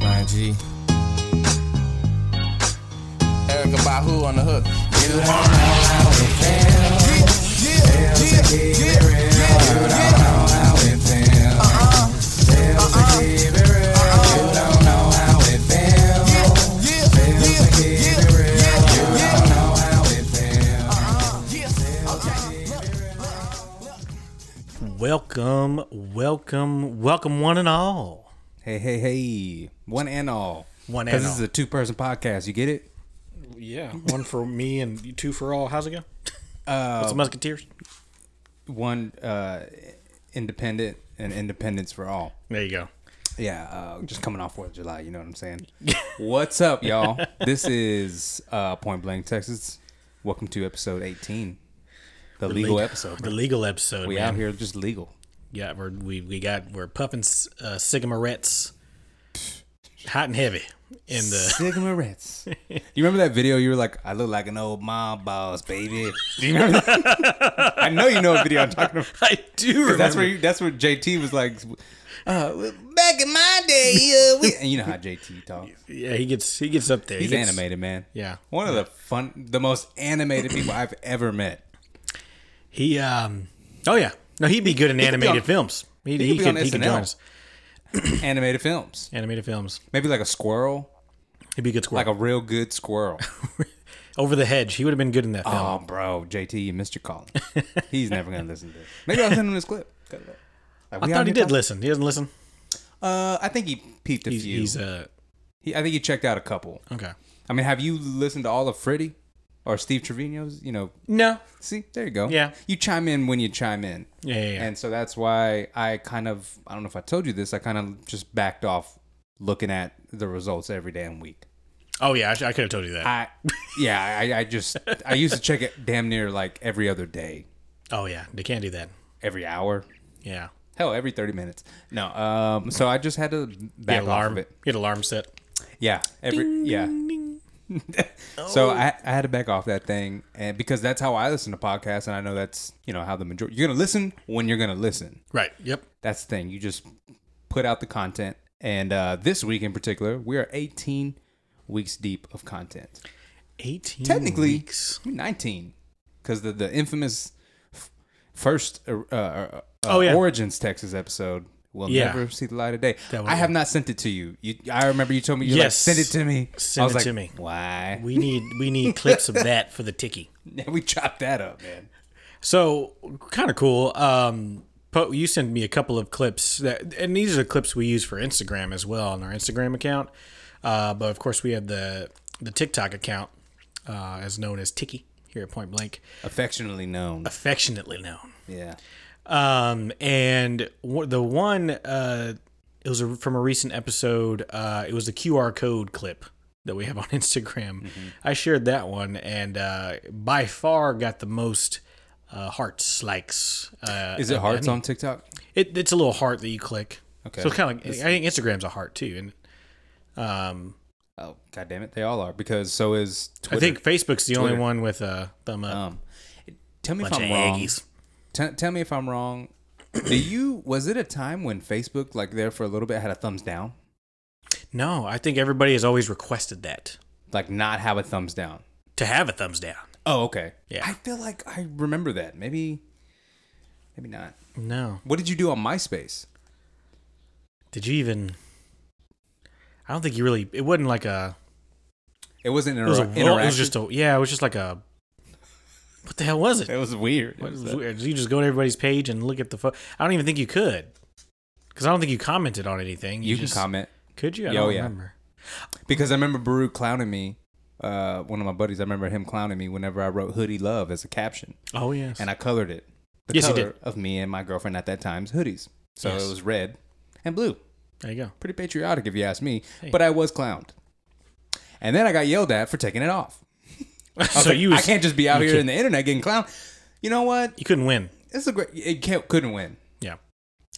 line, G. Erica Bahu on the hook. You don't know how it feels. Yeah, yeah, yeah, yeah, You don't know how it feels. Uh-uh. Feels to keep it real. You don't know how it feels. Feels to keep it real. You don't know how it feels. Welcome, welcome, welcome, one and all. Hey, hey, hey. One and all. One Because and this is all. a two person podcast. You get it? Yeah, one for me and two for all. How's it go? What's the Musketeers? One uh, independent and independence for all. There you go. Yeah, uh, just coming off 4th of July. You know what I'm saying? What's up, y'all? This is uh, Point Blank, Texas. Welcome to episode 18, the, legal, episode. The legal episode. we man. out here just legal. Yeah, we're, we we got we're puffing s- uh, cigarettes, hot and heavy in the. Cigarettes. you remember that video? You were like, I look like an old mom boss, baby. Do you remember that? I know you know what video I'm talking about. I do remember. That's where you, that's where JT was like, uh, well, back in my day, uh, we, and you know how JT talks. yeah, he gets he gets up there. He He's gets- animated, man. Yeah. one of the fun, the most animated people I've ever met. He um. Oh yeah, no, he'd be good in could be on- animated films. He, could he be could on he could SNL. join us. Animated films, Animated films. maybe like a squirrel, He'd be a good squirrel. like a real good squirrel. Over the hedge. He would have been good in that film. oh, bro, JT, you missed your call. He's never gonna listen to this. Maybe I'll send him this clip. Cut it up. Like, I we out thought he here did talking- listen. He doesn't listen. Uh, I think he peeped a He's, few. he's uh he, I think he checked out a couple. okay. I mean, have you listened to all of Freddie or Steve Trevino's? You know, No, See, there you go. Yeah. You chime in when you chime in. Yeah, yeah, yeah. And so that's why I kind of, I don't know if I told you this, I kind of just backed off looking at the results every damn week. Oh yeah, I, sh- I could have told you that. I, yeah, I, I just, I used to check it damn near like every other day, oh yeah, they can't do that. every hour. Yeah, Hell, every 30 minutes. No. Um, so I just had to the back off alarm. of it. Get alarm set. Yeah. Every, yeah. So I, I had to back off that thing, and because that's how I listen to podcasts, and I know that's you know how the majority you're gonna listen when you're gonna listen. Right. Yep. That's the thing. You just put out the content. And uh, this week in particular, we are 18 weeks deep of content. Eighteen. Technically, weeks. 19. Because the, the infamous f- first uh, uh, uh, Oh, yeah. Origins Texas episode will Yeah. never see the light of day. That I have not sent it to you. you I remember you told me, you Yes. like, send it to me. Send I was it like, to me. Why? We, we need we need clips of that for the ticky. we chopped that up, man. So kind of cool. Um, po- you sent me a couple of clips that, and these are the clips we use for Instagram as well on our Instagram account. Uh, but of course, we have the the TikTok account, uh, as known as Tiki here at Point Blank, Affectionately known. affectionately known. Yeah. Um, and w- the one, uh, it was a, from a recent episode. Uh, it was the QR code clip that we have on Instagram. Mm-hmm. I shared that one, and uh, by far got the most uh, hearts likes. Uh, Is it of hearts any- on TikTok? It, it's a little heart that you click. Okay. So it's kind of like I think Instagram's a heart too, and um, Oh, God damn it. They all are. Because so is Twitter. I think Facebook's the only Twitter. one with a thumb up. Um, tell me Bunch if of I'm wrong. eggies. T- tell me if I'm wrong. Do you was it a time when Facebook like there for a little bit had a thumbs down, No, I think everybody has always requested that like not have a thumbs down? to have a thumbs down. Oh, okay. Yeah. I feel like I remember that. Maybe, maybe not. No. What did you do on MySpace? Did you even? I don't think you really. It wasn't like a. It wasn't It was, a, inter- it was interactive. just a. Yeah, it was just like a. What the hell was it? It was weird. It was weird. Did you just go to everybody's page and look at the? Fo- I don't even think you could, because I don't think you commented on anything. You can just- comment Could you? I Yeah, don't oh, yeah. remember. because I remember Baruch clowning me. Uh, one of my buddies, I remember him clowning me whenever I wrote "hoodie love" as a caption, Oh yes. and I colored it. The Yes, you color did. of me and my girlfriend at that time's hoodies, so Yes. it was red and blue. there you go. pretty patriotic if you ask me, but I was clowned. And then I got yelled at for taking it off. I was so like, you was, I can't just be out you here in can't- the internet getting clowned. You know what? You couldn't win. It's a great. It can't, couldn't win. Yeah.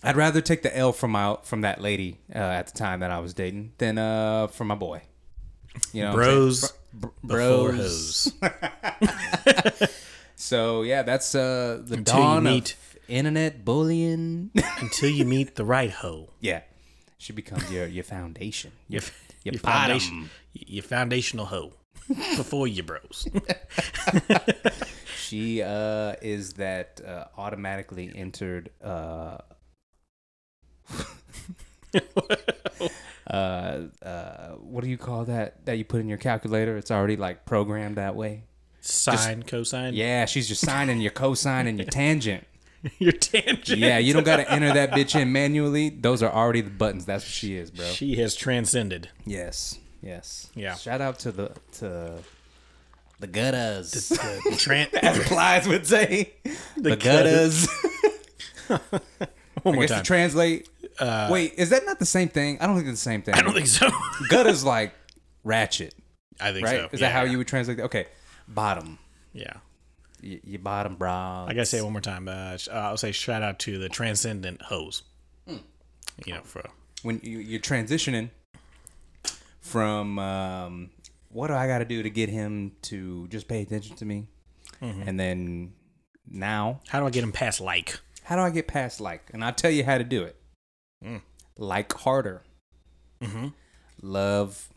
I'd rather take the L from my from that lady uh, at the time that I was dating than uh from my boy. You know, what I'm saying? Bros. Br- before bros. hoes. So yeah, that's uh the Until you dawn meet- of internet bullying. Until you meet the right hoe. yeah, should become your your foundation, your If- Your, foundation, your foundational hoe before your bros. She uh, is that uh, automatically entered uh, uh, uh, what do you call that that you put in your calculator? It's already like programmed that way. Sine, cosine, Yeah, she's your sine and your cosine and your tangent. your tangent. Yeah, you don't got to enter that bitch in manually. Those are already the buttons. That's what she is, bro. She has transcended. Yes, yes. Yeah. Shout out to the to the gutters. The tran- As Plies would say, the, gutters. one I more guess to time. Uh, translate. Wait, is that not the same thing? I don't think it's the same thing. I don't think so. gutters like ratchet, I think right? so. Is Yeah, that how yeah. you would translate that? Okay, bottom. Yeah. Y- your bottom bra. I gotta say it one more time. Uh, sh- uh, I'll say shout out to the transcendent hoes. Hmm. You know, for when you, you're transitioning from um, what do I got to do to get him to just pay attention to me, Mm-hmm. and then now how do I get them past like? how do I get past like? And I'll tell you how to do it. Mm. Like harder. Mm-hmm. Love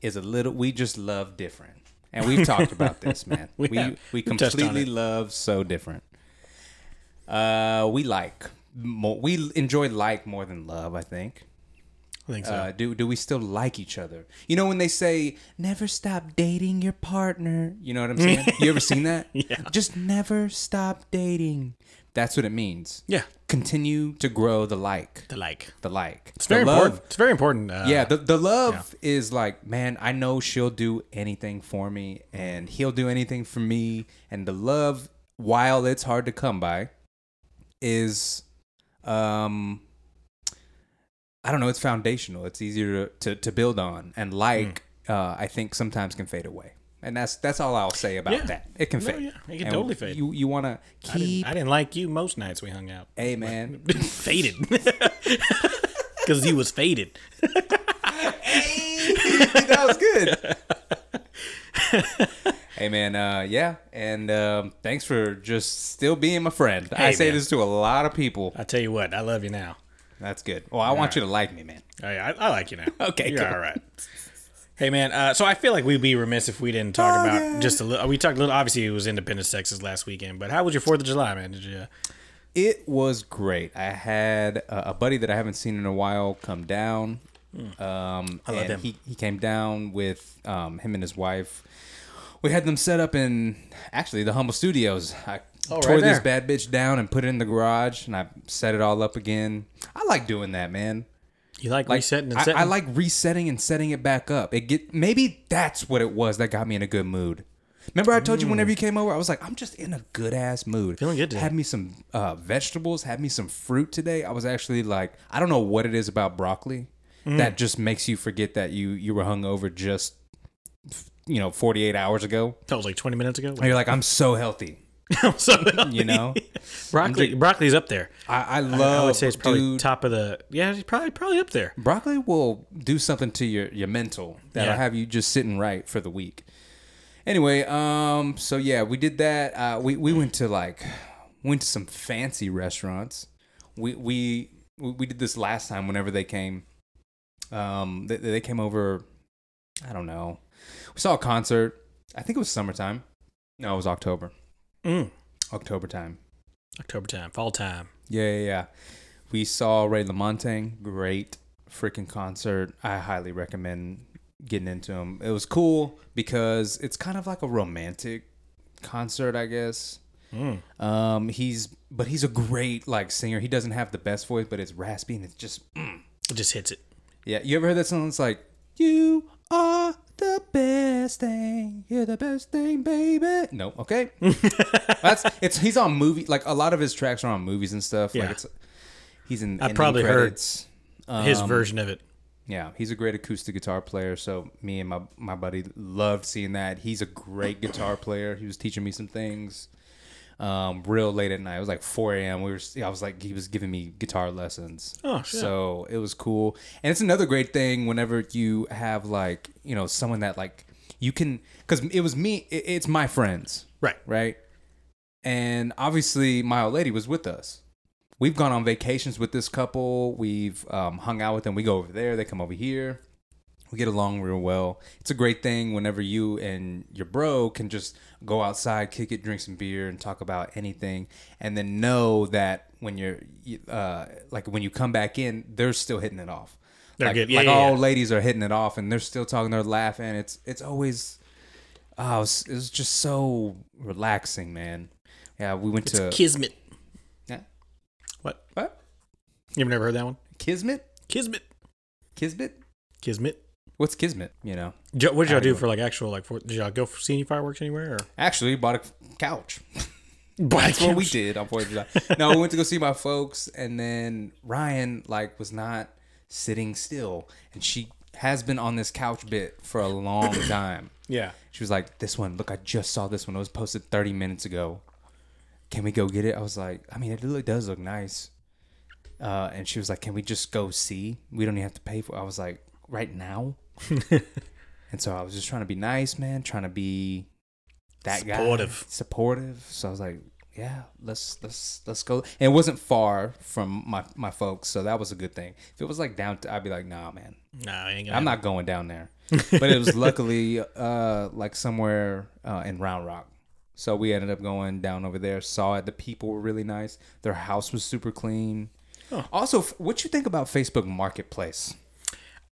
is a little. We just love different, and we've talked about this, man. we We we, have. We've touched on completely it. love so different. Uh, we like more. We enjoy like more than love. I think. I think so. Uh, do do we still like each other? You know when they say never stop dating your partner. You know what I'm saying? you ever seen that? Yeah. Just never stop dating. That's what it means. yeah, Continue to grow the like, the like. the like. It's very the love- important. It's very important. Uh, yeah, the the love is like, man, I know she'll do anything for me, and he'll do anything for me, and the love, while it's hard to come by, is, um, I don't know, it's foundational. It's easier to to, to build on, and like, Hmm. uh, I think sometimes can fade away, and that's that's all I'll say about Yeah. that. It can No, fade. yeah, it can And totally fade. You you want to I didn't, keep, I didn't like you most nights we hung out. hey man, faded. Because he was faded. that was good. hey man, uh, yeah, and um, thanks for just still being my friend. I Hey, say man. this to a lot of people. I tell you what, I love you now. That's good. Well, I want you to like me, man. I, Oh, I, I like you now. Okay, you're cool. all right. Hey man, uh, so I feel like we'd be remiss if we didn't talk Oh, about just a little. We talked a little. Obviously, it was Independence, Texas last weekend. But how was your Fourth of July, man? Did you? It was great. I had a, a buddy that I haven't seen in a while come down. Um, I Hmm. love him. He, he came down with um, him and his wife. We had them set up in actually the Humble Studios. I Oh, right tore this there. bad bitch down and put it in the garage, and I set it all up again. I like doing that, man. You like, Like, resetting and I- setting? I, like resetting and setting it back up. It get maybe that's what it was that got me in a good mood. Remember I told you whenever you came over, I was like, I'm just in a good ass mood. Mm. Feeling good today. Had me some uh, vegetables. Had me some fruit today. I was actually like, I don't know what it is about broccoli Mm. that just makes you forget that you you were hungover just you know 48 hours ago. That was like 20 minutes ago. And you're like, I'm so healthy. so You know, broccoli, broccoli's up there. I, I I love. would say it's probably oh, dude, top of the. Yeah, it's probably probably up there. broccoli will do something to your your mental that'll Yeah. have you just sitting right for the week anyway um so yeah we did that uh we we went to like went to some fancy restaurants we we we we did this last time whenever they came um they, they came over i don't know we saw a concert i think it was summertime no it was october Mm. october time October time, fall time. yeah, yeah, yeah. We saw Ray LaMontagne. Great freaking concert. I highly recommend getting into him. It was cool because it's kind of like a romantic concert, I guess. Um, he's but he's a great like singer. He doesn't have the best voice, but it's raspy and it's just It just hits it. yeah, you ever heard that song? It's like, "You are the best thing. You're the best thing, baby." No, okay. That's it's. He's on movie. Like a lot of his tracks are on movies and stuff. Yeah. Like it's, he's in. I ending probably heard credits. His Um, version of it. Yeah, he's a great acoustic guitar player. So me and my my buddy loved seeing that. He's a great guitar player. He was teaching me some things. Um, real late at night. It was like 4 a.m. We were. I was like, he was giving me guitar lessons. Oh, shit. So it was cool. And it's another great thing whenever you have like you know someone that like you can because it was me. It, it's my friends, Right. right? And obviously, my old lady was with us we've gone on vacations with this couple. We've um, hung out with them. We go over there. They come over here. We get along real well. It's a great thing whenever you and your bro can just go outside, kick it, drink some beer, and talk about anything, and then know that when you're you- uh, like when you come back in, they're still hitting it off. They're like good. Yeah, like yeah, all yeah. ladies are hitting it off, and they're still talking. They're laughing. It's it's always oh, it's, it's just so relaxing, man. Yeah, we went to Kismet. Yeah. What? what You've never heard that one? Kismet, Kismet. Kismet. Kismet. What's Kismet? You know. Jo- What did y'all do for like actual like? For, did y'all go for, see any fireworks anywhere? Or Actually, bought a couch. that's That's what we did on Fourth of July. no, we went to go see my folks, and then Ryan like was not sitting still, and she has been on this couch bit for a long time. Yeah. She was like, "This one, look, I just saw this one. It was posted 30 minutes ago. Can we go get it?" I was like, "I mean, it really does look nice." Uh, and she was like, "Can we just go see? We don't even have to pay for." it." I was like, "Right now." and so I was just trying to be nice, man. Trying to be that Supportive. guy, supportive. So I was like, "Yeah, let's let's let's go." And it wasn't far from my my folks, so that was a good thing. If it was like down, I'd be like, "Nah, man, Nah, I ain't gonna I'm not going down there. But it was luckily uh, like somewhere uh, in Round Rock. So we ended up going down over there, saw it. The people were really nice. Their house was super clean. Also, f- what you think about Facebook Marketplace?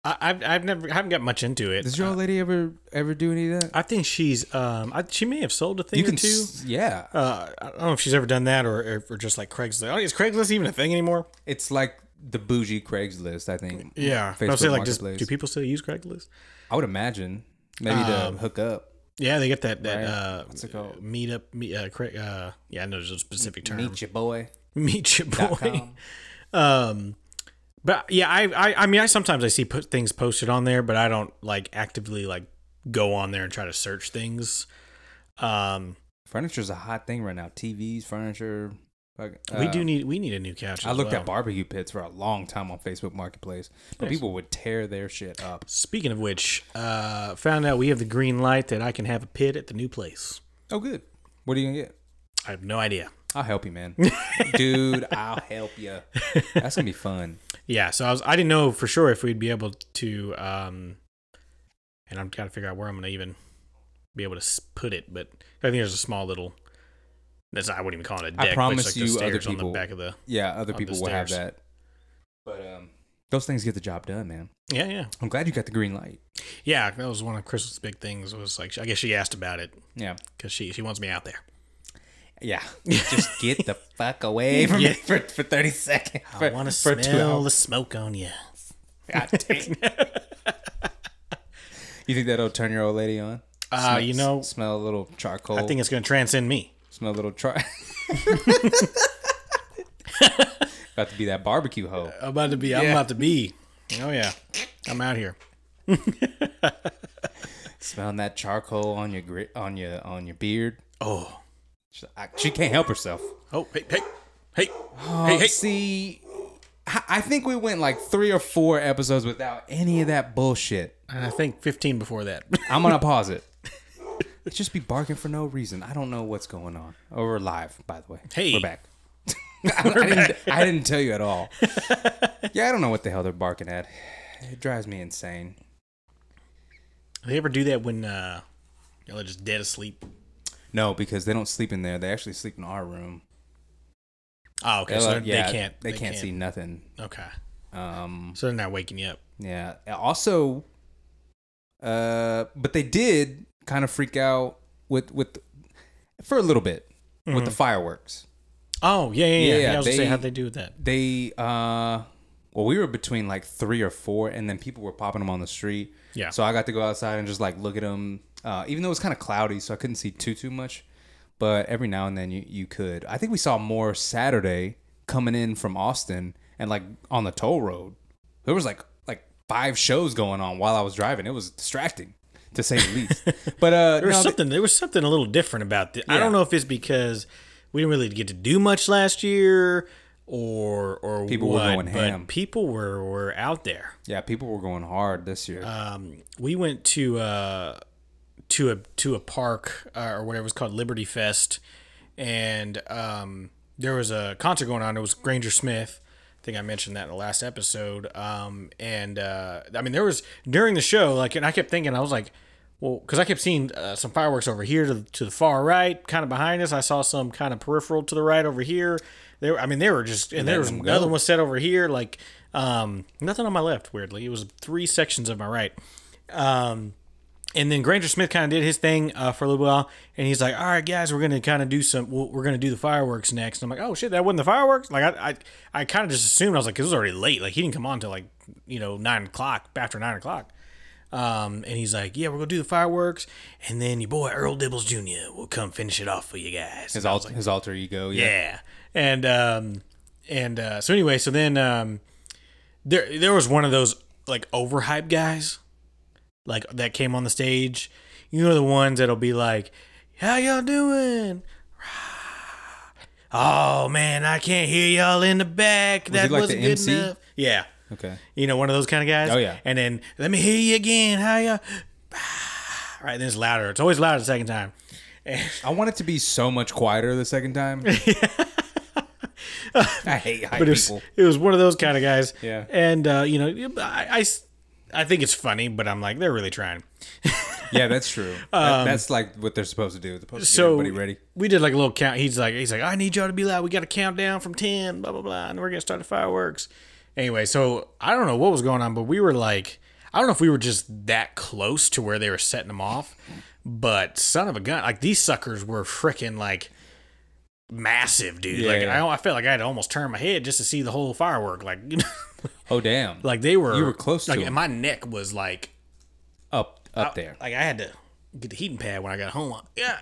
I, I've I've never I haven't got much into it. Does your old lady ever ever do any of that? Uh, I think she's um I, she may have sold a thing or two. s- yeah. uh, I don't know if she's ever done that or or- or just like Craigslist. I don't- Is Craigslist even a thing anymore? It's like the bougie Craigslist, I think. Yeah, Facebook I'm saying like, just, Marketplace. do people still use Craigslist? I would imagine maybe Um, to hook up. oh, Yeah, they get that that uh, What's it called? meetup. Meet, uh, Craig, uh, yeah, I know there's a specific term. Meet your boy. meet your boy. com. Um, but yeah, I, I I mean, I sometimes I see put things posted on there, but I don't like actively like go on there and try to search things. Um, Furniture's a hot thing right now. TVs, furniture. fuck- we uh, do need we need a new couch. I as looked well. at barbecue pits for a long time on Facebook Marketplace, but people would tear their shit up. Speaking of which, uh, found out we have the green light that I can have a pit at the new place. Oh, good. What are you gonna get? I have no idea. I'll help you, man. Dude, I'll help you. That's gonna be fun. Yeah, so I was I didn't know for sure if we'd be able to um and I'm trying to figure out where I'm going to even be able to s- put it, but I think there's a small little that's I wouldn't even call it a deck. but it's promise like the you other stairs on people- the back of the Yeah, other Up the people will have stairs. that. But um, those things get the job done, man. Yeah, yeah. I'm glad you got the green light. Yeah, that was one of Crystal's big things was like I guess she asked about it Yeah, cuz she she wants me out there. yeah. Just get the fuck away from me for, for thirty seconds. For, I want to for two smell hours. the smoke on you. God dang. you think that'll turn your old lady on? Uh, you know, smell a little charcoal. I think it's going to transcend me. Smell a little try. About to be that barbecue hoe. I'm about to be I'm Yeah. about to be. Oh yeah. I'm out here. Smelling that charcoal on your gri- on your on your beard. Oh. She, I, she can't help herself. Oh, hey, hey. Hey. hey, hey. Oh, See, I I think we went like three or four episodes without any of that bullshit. And I think 15 before that. I'm gonna pause it. Let's just be barking for no reason. I don't know what's going on. Oh, we're live, by the way. Hey. we're back. I, Didn't, I didn't tell you at all. yeah, I don't know what the hell they're barking at. It drives me insane. they ever do that when uh, y'all are just dead asleep? No, because they don't sleep in there. They actually sleep in our room. Oh, okay. They're so like- they're- yeah, they can't. They, can't see nothing. Okay. Um, So they're not waking you up. yeah. Also, uh, but they did kind of freak out with with for a little bit with Mm-hmm. the fireworks. Oh, yeah, yeah, yeah. Yeah, yeah, yeah, I was going to they- say, how'd they do with that? They uh, well, we were between like three or four, and then people were popping them on the street. Yeah. So I got to go outside and just like look at them, uh, even though it was kind of cloudy, so I couldn't see too too much. But every now and then you you could. I think we saw more Saturday coming in from Austin and like on the toll road. There was like like five shows going on while I was driving. It was distracting to say the least. But uh, There was no, something. there was something a little different about this. I Yeah. don't know if it's because we didn't really get to do much last year, or or People were what, going but ham. people were were out there. yeah, people were going hard this year. Uh, we went to uh to a to a park uh, or whatever it was called Liberty Fest, and um there was a concert going on. It was Granger Smith think I mentioned that in the last episode. Um, and uh, I mean, there was during the show, like, and I kept thinking, I was like, well, because I kept seeing uh, some fireworks over here to, to the far right, kind of behind us. I saw some kind of peripheral to the right over here. There, I mean, they were just, and there was them another go. one set over here, like um, nothing on my left. Weirdly, it was three sections of my right. Um, and then Granger Smith kind of did his thing uh, for a little while, and he's like, "All right, guys, we're gonna kind of do some. We're we're gonna do the fireworks next." And I'm like, "Oh shit, that wasn't the fireworks!" Like I, I, I kind of just assumed I was like, "It was already late. Like he didn't come on till like you know nine o'clock after nine o'clock." Um, and he's like, "Yeah, we're gonna do the fireworks, and then your boy Earl Dibbles Jr. will come finish it off for you guys." His, alt- his alter ego. Yeah. Yeah. And um and uh so anyway, so then um there there was one of those like overhyped guys like that came on the stage. You know the ones that'll be like, "How y'all doing?" Oh man, I can't hear y'all in the back. like that the wasn't good MC? enough. Yeah. Okay. You know, one of those kind of guys. Oh, yeah. And then let me hear you again. How y'all? Right, then it's louder. It's always louder the second time. I want it to be so much quieter the second time. I hate hype but it was, people. it was one of those kind of guys. Yeah. And, uh, you know, I, I s- I think it's funny, but I'm like, they're really trying. Yeah, that's true. That- that's like what they're supposed to do. They're supposed to get Um, So everybody ready. we did like a little count. He's like, he's like, I need y'all to be loud. We got to count down from 10, blah, blah, blah. And we're going to start the fireworks. Anyway, so I don't know what was going on, but we were like, I don't know if we were just that close to where they were setting them off, but son of a gun, like these suckers were freaking like massive, dude. Like Yeah. I, I felt like I had to almost turn my head just to see the whole firework. Like, you know, Oh damn! Like they were, You were close to like, him. My neck was like uh, up up there. Like I had to get the heating pad when I got home. Yeah,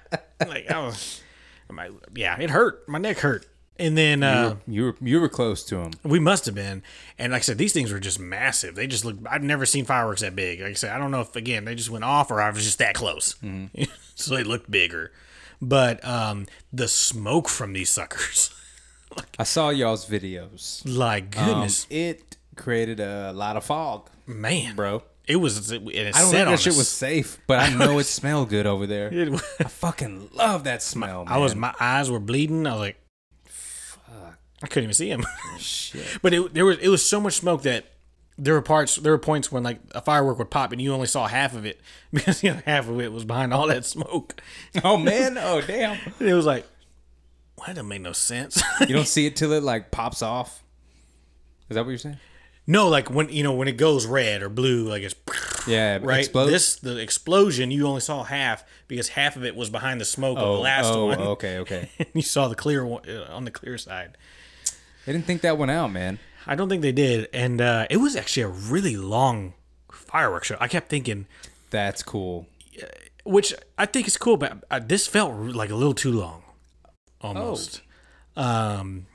like I was, my yeah, it hurt. My neck hurt. And then uh, you were you were close to him. we must have been. And like I said, these things were just massive. They just looked. I've never seen fireworks that big. Like I said, I don't know if again they just went off or I was just that close, Mm-hmm. so they looked bigger. But um, the smoke from these suckers, I saw y'all's videos. like Um, goodness, it created a lot of fog, man, bro. it was. It, it I don't set think on that shit us. was safe, but I know it smelled good over there. It was- I fucking love that smell. I was man. my eyes were bleeding. I was like, I couldn't even see him. shit. but it there was it was so much smoke that there were parts there were points when like a firework would pop and you only saw half of it because the other half of it was behind all that smoke. Oh man! Oh damn! And it was like, well, that doesn't make no sense. You don't see it till it like pops off. Is that what you're saying? no, like when you know when it goes red or blue, like it's Yeah, it right. explodes. This the explosion you only saw half because half of it was behind the smoke of oh, the last oh, one. okay, okay. you saw the clear one uh, on the clear side. They didn't think that one out, man. I don't think they did, and uh, it was actually a really long fireworks show. I kept thinking, That's cool. which I think is cool, but uh this felt r- like a little too long, almost. Um,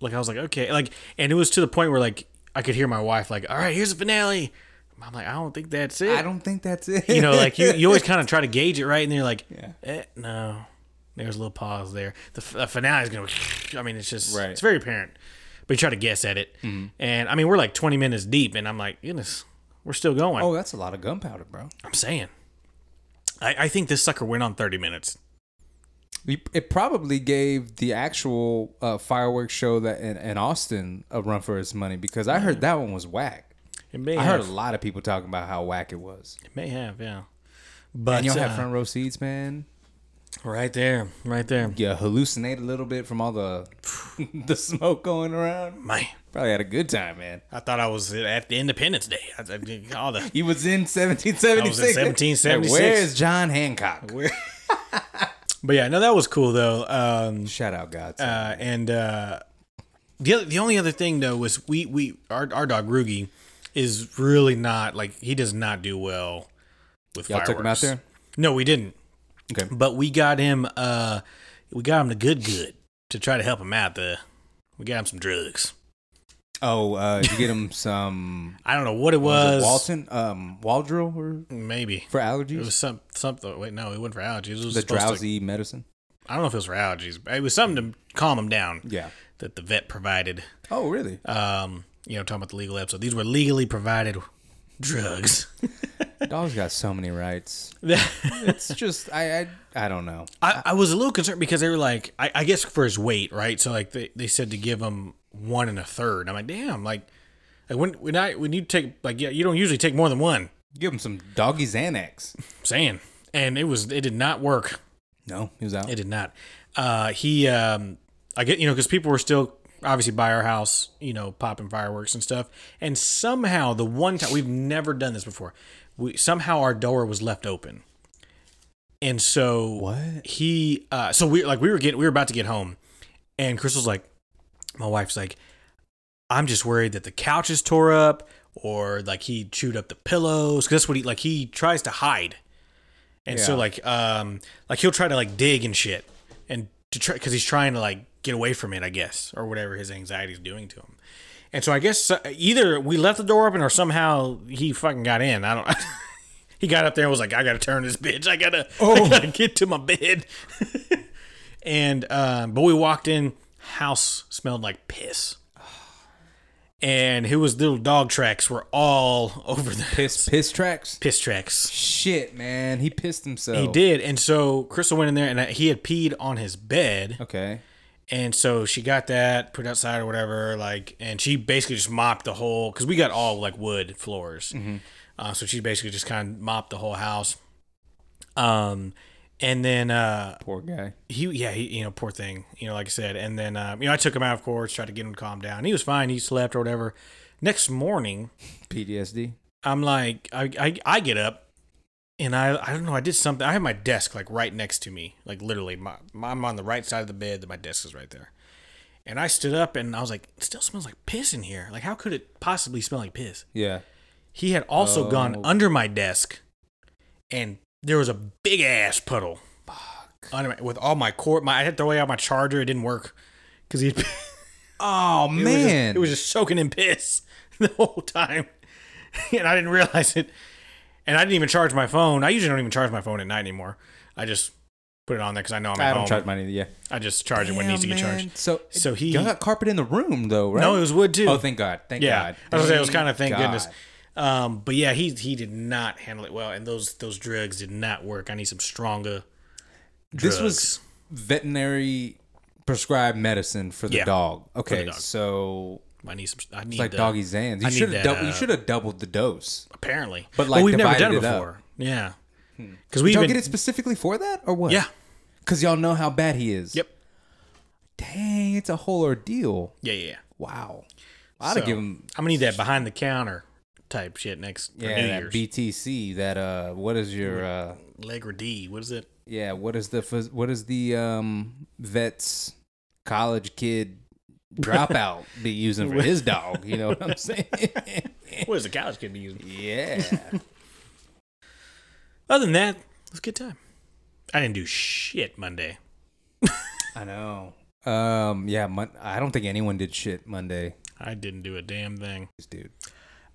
like I was like, okay, like, and it was to the point where like I could hear my wife like, all right, here's the finale. I'm like, I don't think that's it. I don't think that's it. you know, like you, you always kind of try to gauge it, right? And you're like, eh, no, there's a little pause there. The, f- the finale is gonna, I mean, it's just, Right. Mm-hmm. it's very apparent. But you try to guess at it, and I mean, we're like 20 minutes deep, and I'm like, goodness, we're still going. Oh, that's a lot of gunpowder, bro. I'm saying. I, I think this sucker went on 30 minutes. We- It probably gave the actual uh, fireworks show that in, in Austin a run for its money because I heard that one was whack. It may I heard have. a lot of people talking about how whack it was. It may have, yeah. But And y'all uh, had front row seats, man. right there, right there. You hallucinate a little bit from all the the smoke going around. Man, Probably had a good time, man. I thought I was at the Independence Day. I, I, all the He was in 1776. I was in 1776. Where is John Hancock? But yeah, no, that was cool though. Um, Shout out, God. uh, and uh, the other, the only other thing though was we we our, our dog Rugi is really not like he does not do well with Y'all fireworks. took him out there? No, we didn't. Okay. But we got him. Uh, we got him the good good to try to help him out. The we got him some drugs. Oh, uh, you get him some I don't know what it was was. it Walton, um, Waldrill, or Maybe for Uh, it allergies. was some something. Wait, no, it wasn't for allergies. It was the supposed to- drowsy medicine. I don't know if it was for allergies. But it was something to calm him down Yeah. that the vet provided. Oh, really? Um, you know, talking about the legal episode. These were legally provided drugs. Dogs got so many rights. It's just I I, I don't know. I, I was a little concerned because they were like, I, I guess for his weight, right? So like they, they said to give him one and a third. I'm like, damn, like, like when when I when you take like yeah, you don't usually take more than one. Give him some doggy Xanax. I'm saying, and it was it did not work. No, he was out. It did not. Uh, he, um, I get, you know, because people were still obviously by our house, you know, popping fireworks and stuff. And somehow, the one time we've never done this before, we somehow our door was left open. And so What? he, uh, so we like we were getting we were about to get home, and Crystal's like, my wife's like, I'm just worried that the couch is tore up or like he chewed up the pillows. 'Cause that's what he like. He tries to hide, and so Yeah. like um like he'll try to like dig and shit and to try because he's trying to like get away from it, I guess, or whatever his anxiety is doing to him. And so I guess uh, either we left the door open or somehow he fucking got in. I don't. he got up there and was like, I gotta turn this bitch. I gotta, I gotta get to my bed. and um, but we walked in. House smelled like piss. And it was little dog tracks were all over the Piss, piss tracks. piss tracks. Shit, man, he pissed himself. He did, and so Crystal went in there, and he had peed on his bed. Okay. And so she got that put outside or whatever, like, and she basically just mopped the whole because we got all like wood floors, Mm-hmm. uh, so she basically just kind of mopped the whole house. Um, and then uh, Poor guy. he, yeah, he, you know, poor thing, you know, like I said, and then uh, you know, I took him out, of course, tried to get him to calm down. He was fine. He slept or whatever. Next morning, PTSD. I'm like, I, I, I get up and I, I don't know, I did something. I have my desk like right next to me, like literally, my, my, I'm on the right side of the bed, that my desk is right there. And I stood up and I was like, it still smells like piss in here. Like, how could it possibly smell like piss? Yeah. He had also gone Oh. under my desk and there was a big ass puddle. Under my, with all my cord, my, I had to throw away all my charger. It didn't work because he had. Oh man. It was just soaking in piss the whole time. and I didn't realize it. And I didn't even charge my phone. I usually don't even charge my phone at night anymore. I just put it on there because I know I'm I at don't home. charge mine either. Yeah. I just charge it when it needs to get charged. So So he- y'all got carpet in the room though, right? No, it was wood too. Oh, thank God. Thank yeah. God. I was gonna say it was kind of thank God. goodness. Um, but yeah, he he did not handle it well, and those those drugs did not work. I need some stronger. This was veterinary prescribed medicine for the Yeah, dog. Okay, dog. so I need some. I need it's like uh, doggy Zans. I You need should have that, dou- you uh, should have doubled the dose. Apparently, But, like, we've never divided done it it up. before. Yeah, because we've Did y'all been. get it specifically for that or what? yeah. because y'all know how bad he is. Yep. Dang, it's a whole ordeal. Yeah. Yeah. yeah. Wow. I'd So, give him I'm gonna need that behind the counter type shit next for New yeah that Year's. BTC. That uh, what is your uh, Legra D. What is it? yeah? What is the phys- what is the um vets college kid dropout be using for his dog? You know what I'm saying? What is the college kid be using? yeah. Other than that, it was a good time. I didn't do shit Monday. I know. Um. Yeah. Mon- I don't think anyone did shit Monday, I didn't do a damn thing. dude.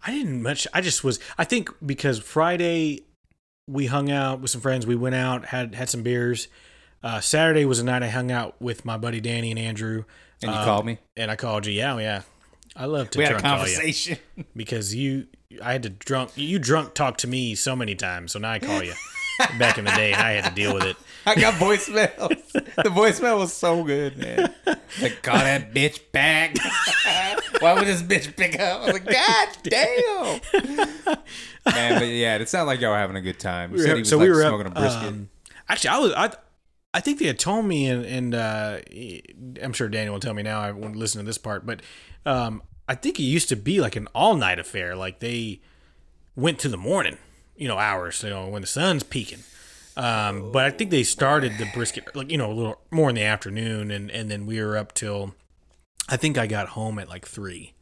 I didn't much. I just was. I think because Friday we hung out with some friends. We went out, had had some beers. Uh, Saturday was a night I hung out with my buddy Danny and Andrew. And you Uh, called me. And I called you. Yeah, yeah. I love to. We had a drunk call you conversation. because you, I had to drunk. You drunk talk to me so many times, so now I call you. Back in the day, and I had to deal with it. I got voicemails. the voicemail was so good, man. Like, call that bitch back. Why would this bitch pick up? I was like, God damn. man, but yeah, it sounded like y'all were having a good time. You said he was like smoking a brisket. um, actually, I was. I, I think they had told me, and, and uh, I'm sure Daniel will tell me now. I won't listen to this part, but um, I think it used to be like an all night affair. Like they went to the morning, you know, hours, you know, when the sun's peaking. Um, but I think they started the brisket, like you know, a little more in the afternoon, and and then we were up till. I think I got home at like three.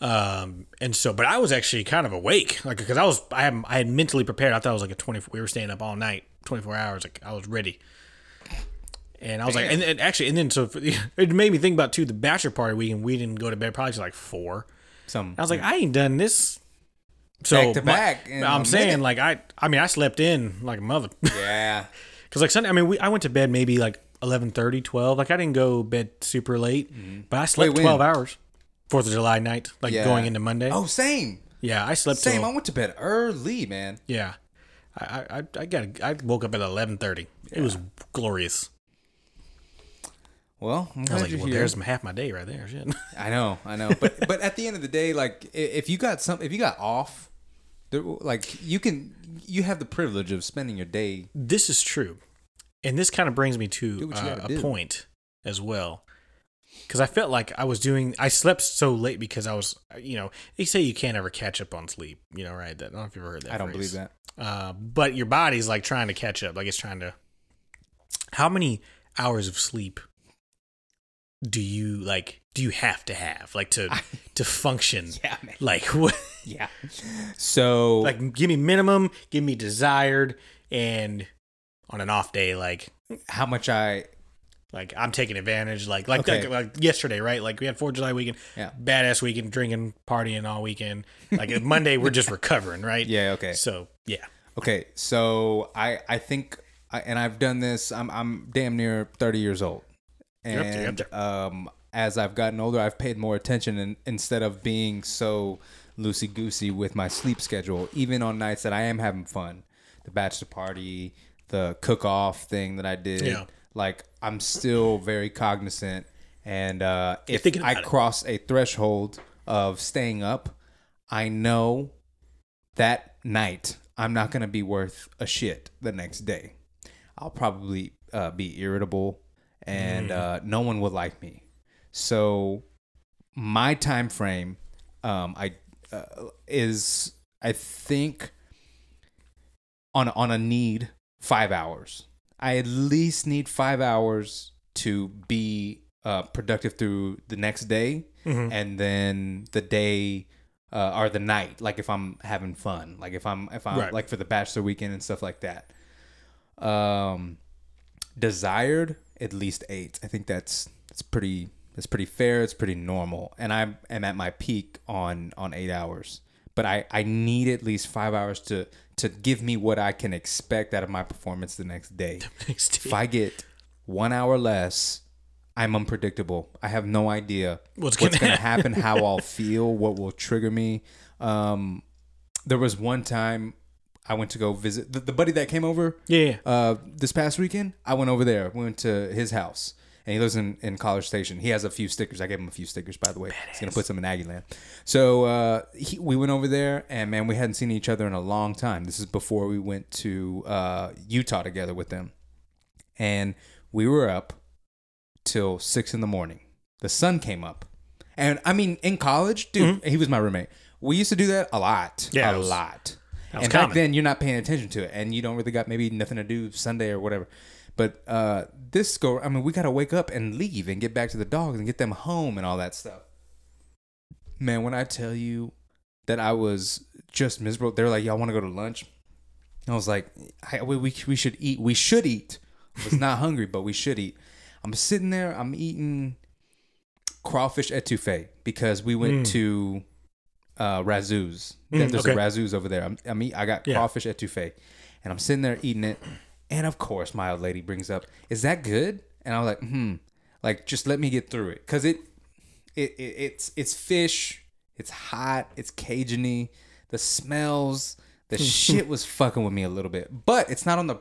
Um, and so, but I was actually kind of awake, like because I was, I had, I had mentally prepared. I thought it was like a twenty. We were staying up all night, twenty four hours. Like I was ready. And I was like, and, and actually, and then so for the, it made me think about too the bachelor party weekend. We didn't go to bed probably till like four. Some, I was like, I ain't done this. So Back to my- back in I'm a saying minute. like I, I mean, I slept in like a mother. yeah. Because like Sunday, I mean, we I went to bed maybe like 11, 12. Like I didn't go bed super late, but I slept Mm-hmm. Wait, when? twelve hours. Fourth of July night, like Yeah. going into Monday. Oh, same. yeah, I slept. Same. till- I went to bed early, man. yeah, I I I- I got I woke up at eleven thirty. It was glorious. Well, I'm I glad was like, you're well, here. there's half my day right there. Shit. I know, I know, but but at the end of the day, like i- if you got some, if you got off, there, like you can, you have the privilege of spending your day. this is true. And this kind of brings me Do to what you uh, gotta a do. point as well. Because I felt like I was doing, I slept so late because I was, you know, they say you can't ever catch up on sleep, you know, right? That, I don't know if you've ever heard that. I don't phrase. believe that. Uh, but your body's like trying to catch up, like it's trying to. How many hours of sleep do you like? Do you have to have like to to function? Yeah, man. Like what? Yeah. So Like give me minimum, give me desired, and on an off day, like how much I Like I'm taking advantage, like like Okay. like, like yesterday, right? Like we had Fourth of July weekend, Yeah. badass weekend, drinking, partying all weekend. Like Monday, we're just recovering, right? Yeah, okay. So yeah, Okay, so I I think I, and I've done this. I'm I'm damn near 30 years old. You're up there, you're And up there. um as I've gotten older, I've paid more attention and instead of being so loosey goosey with my sleep schedule, even on nights that I am having fun. The bachelor party, the cook off thing that I did. Yeah. Like I'm still very cognizant and uh if thinking I about it. cross a threshold of staying up, I know that night I'm not gonna be worth a shit the next day. I'll probably uh, be irritable, and Mm. uh, no one will like me. So my time frame, um, I uh, is I think on on a need five hours. I at least need five hours to be uh, productive through the next day, and then the day uh, or the night. Like if I'm having fun, like if I'm if I'm Right. like for the bachelor weekend and stuff like that. Um, desired at least eight. I think that's that's pretty that's pretty fair. It's pretty normal, and I am at my peak on on eight hours. But I I need at least five hours to to give me what I can expect out of my performance the next day. Next day. if I get one hour less, I'm unpredictable. I have no idea What's what's gonna going to happen, how I'll feel, what will trigger me. Um, there was one time I went to go visit the, the buddy that came over. Yeah, yeah. Uh, this past weekend, I went over there. We went to his house, and he lives in, in College Station. He has a few stickers. I gave him a few stickers, by the way. He's gonna put some in Aggieland. So uh, he, we went over there, and man, we hadn't seen each other in a long time. This is before we went to uh, Utah together with them, and we were up till six in the morning. The sun came up, and I mean, in college, dude, he was my roommate. We used to do that a lot, Yeah, a it was- lot. was and back common. then, you're not paying attention to it, and you don't really got maybe nothing to do Sunday or whatever. But uh, this go, I mean, we gotta wake up and leave and get back to the dogs and get them home and all that stuff. Man, when I tell you that I was just miserable, they're like, "Y'all want to go to lunch?" I was like, I, we, we, we should eat. We should eat. I was not hungry, but we should eat. I'm sitting there. I'm eating crawfish etouffee because we went Mm. to uh, Razoo's. There- There's a okay. Razoo's over there. I'm, I'm eat, I got Yeah. crawfish etouffee, and I'm sitting there eating it. And of course, my old lady brings up, "Is that good?" And I'm like, "Hmm." Like, just let me get through it because it it, it it's it's fish. It's hot. It's Cajun-y. The smells. The shit was fucking with me a little bit, but it's not on the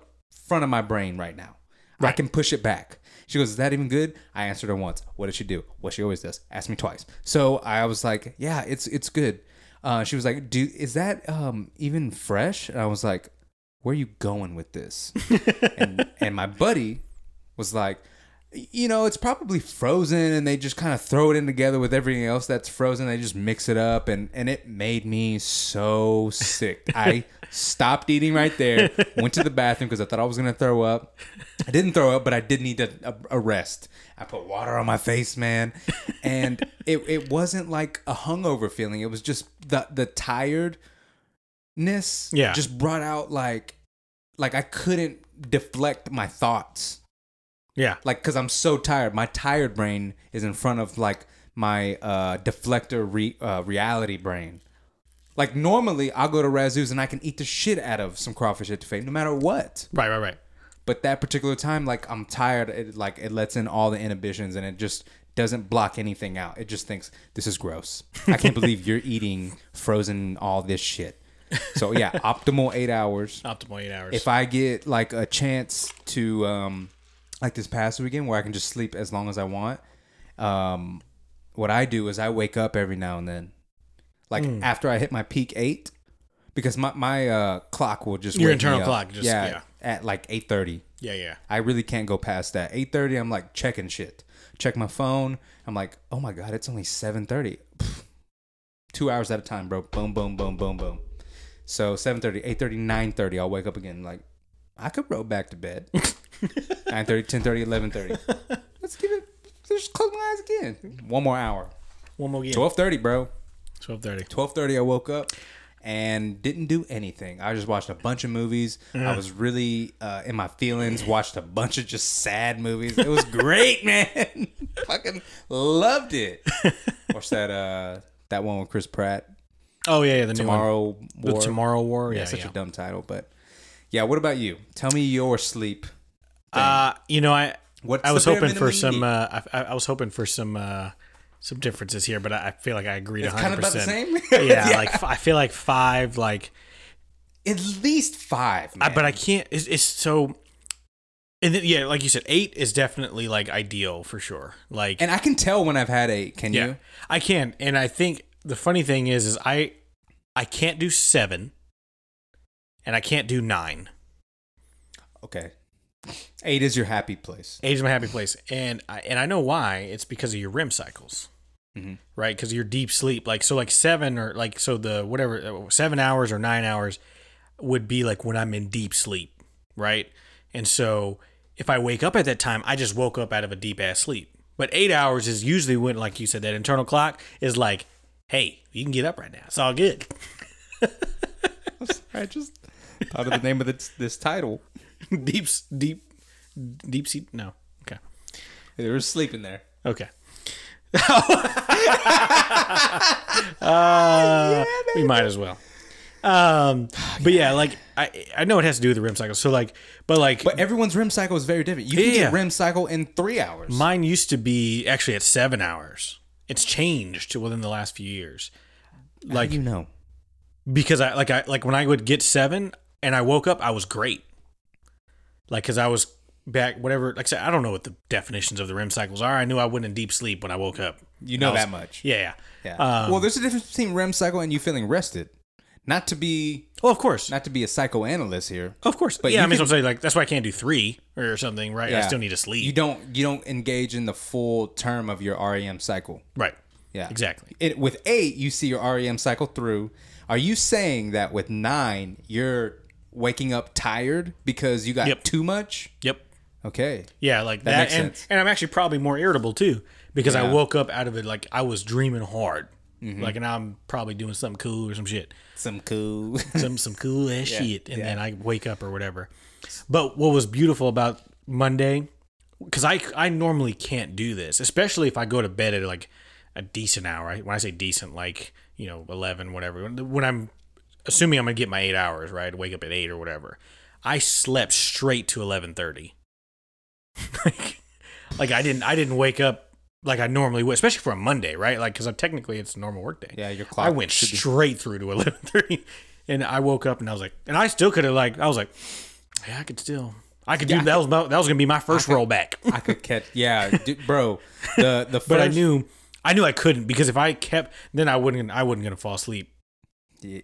front of my brain right now. I can push it back. She goes, "Is that even good?" I answered her once. What did she do? What she always does. Ask me twice. So I was like, "Yeah, it's it's good." Uh, she was like, "Do is that um, even fresh?" And I was like, "Where are you going with this?" and, and my buddy was like, you know, it's probably frozen and they just kind of throw it in together with everything else that's frozen. They just mix it up and, and it made me so sick. I stopped eating right there, went to the bathroom because I thought I was going to throw up. I didn't throw up, but I did need a, a, a rest. I put water on my face, man. And it, it wasn't like a hungover feeling. It was just the, the tiredness Yeah. just brought out like, like I couldn't deflect my thoughts yeah, like because i'm so tired my tired brain is in front of like my uh deflector re- uh, reality brain like normally i'll go to razoo's and i can eat the shit out of some crawfish etouffee no matter what right, right, right. but that particular time like i'm tired it like it lets in all the inhibitions and it just doesn't block anything out it just thinks this is gross i can't believe you're eating frozen all this shit so yeah optimal eight hours Optimal eight hours. if I get like a chance to um like this past weekend where I can just sleep as long as I want. Um, what I do is I wake up every now and then, like Hmm. after I hit my peak eight, because my my uh, clock will just Your wake me internal up. clock just- yeah. at like eight thirty. Yeah, yeah. I really can't go past that. Eight thirty, I'm like checking shit. Check my phone. I'm like, oh my god, it's only seven thirty. Two hours at a time, bro. Boom, boom, boom, boom, boom. So 7.30, 8.30, 9.30, I'll wake up again. Like, I could roll back to bed. 9.30, 10.30, 11.30. Let's give it, just close my eyes again. One more hour. One more game. 12.30, bro. 12.30. 12.30, I woke up and didn't do anything. I just watched a bunch of movies. Mm. I was really uh, in my feelings, watched a bunch of just sad movies. It was great, man. Fucking loved it. Watched that, uh, that one with Chris Pratt. Oh, yeah, yeah, the new one. Tomorrow War. The Tomorrow War. Yeah, Yeah, such yeah. a dumb title, but yeah. What about you? Tell me your sleep. Uh, you know, I What's I was the bare hoping for minimum you some. need? Uh, I, I was hoping for some uh, some differences here, but I, I feel like I agreed. It's 100%. kind of about the same? yeah, Yeah. like f- I feel like five. Like, At least five. uh, I, Man. but I can't. It's, it's so. And then, yeah, like you said, eight is definitely like ideal for sure. Like, and I can tell when I've had eight. Can yeah, you? I can. And I think the funny thing is, is I I can't do seven, and I can't do nine. Okay. Eight is your happy place. Eight is my happy place, and I, and I know why. It's because of your REM cycles, Mhm. right? Because your deep sleep, like so, like seven or like so the whatever uh, seven hours or nine hours would be like when I'm in deep sleep, right? And so if I wake up at that time, I just woke up out of a deep ass sleep. But eight hours is usually when, like you said, that internal clock is like, hey, you can get up right now. It's all good. I just thought of the name of this, this title. deep, s- deep, deep sleep. No, okay, There was sleep in there. okay. Uh, we might as well. Um, but yeah, like I I know it has to do with the REM cycle. So like, but like But everyone's REM cycle is very different. You can Yeah. get REM cycle in three hours. mine used to be actually at seven hours. It's changed within the last few years. Like you know. because I like I like when I would get seven and I woke up, I was great. Like because I was back whatever. Like I said, I don't know what the definitions of the REM cycles are. I knew I went in deep sleep when I woke up. You know I was- that much. Yeah. Yeah. Yeah. Um, well, there's a difference between REM cycle and you feeling rested. Not to be well, of course. not to be a psychoanalyst here. Of course, But yeah. you I can- mean, so I'm saying like that's why I can't do three or something, right? I still need to sleep, You don't you don't engage in the full term of your REM cycle. right? Yeah. exactly. It, with 8 you see your REM cycle through. Are you saying that with 9 you're waking up tired because you got Yep. too much? Yep. Okay. Yeah, like that, makes and sense. and I'm actually probably more irritable too because I Yeah. Mm-hmm. woke up out of it like I was dreaming hard, like, and I'm probably doing something cool or some shit, Some cool. some some cool ass shit, and then I wake up or whatever. But what was beautiful about Monday, because I I normally can't do this, especially if I go to bed at like a decent hour. I, when I say decent, like you know eleven, whatever. When, when I'm assuming I'm gonna get my eight hours, right? Wake up at eight or whatever. I slept straight to eleven thirty. like, like I didn't I didn't wake up like I normally would, especially for a Monday, right? Like because I'm technically it's a normal work day. Yeah, your clock I went should be- straight through to eleven thirty, and I woke up and I was like, and I still could have like I was like, yeah, I could still. I could do that was my, that was gonna be my first rollback, I could catch. Yeah, d bro. The the first. but I knew I knew I couldn't because if I kept then I wouldn't I wasn't gonna fall asleep.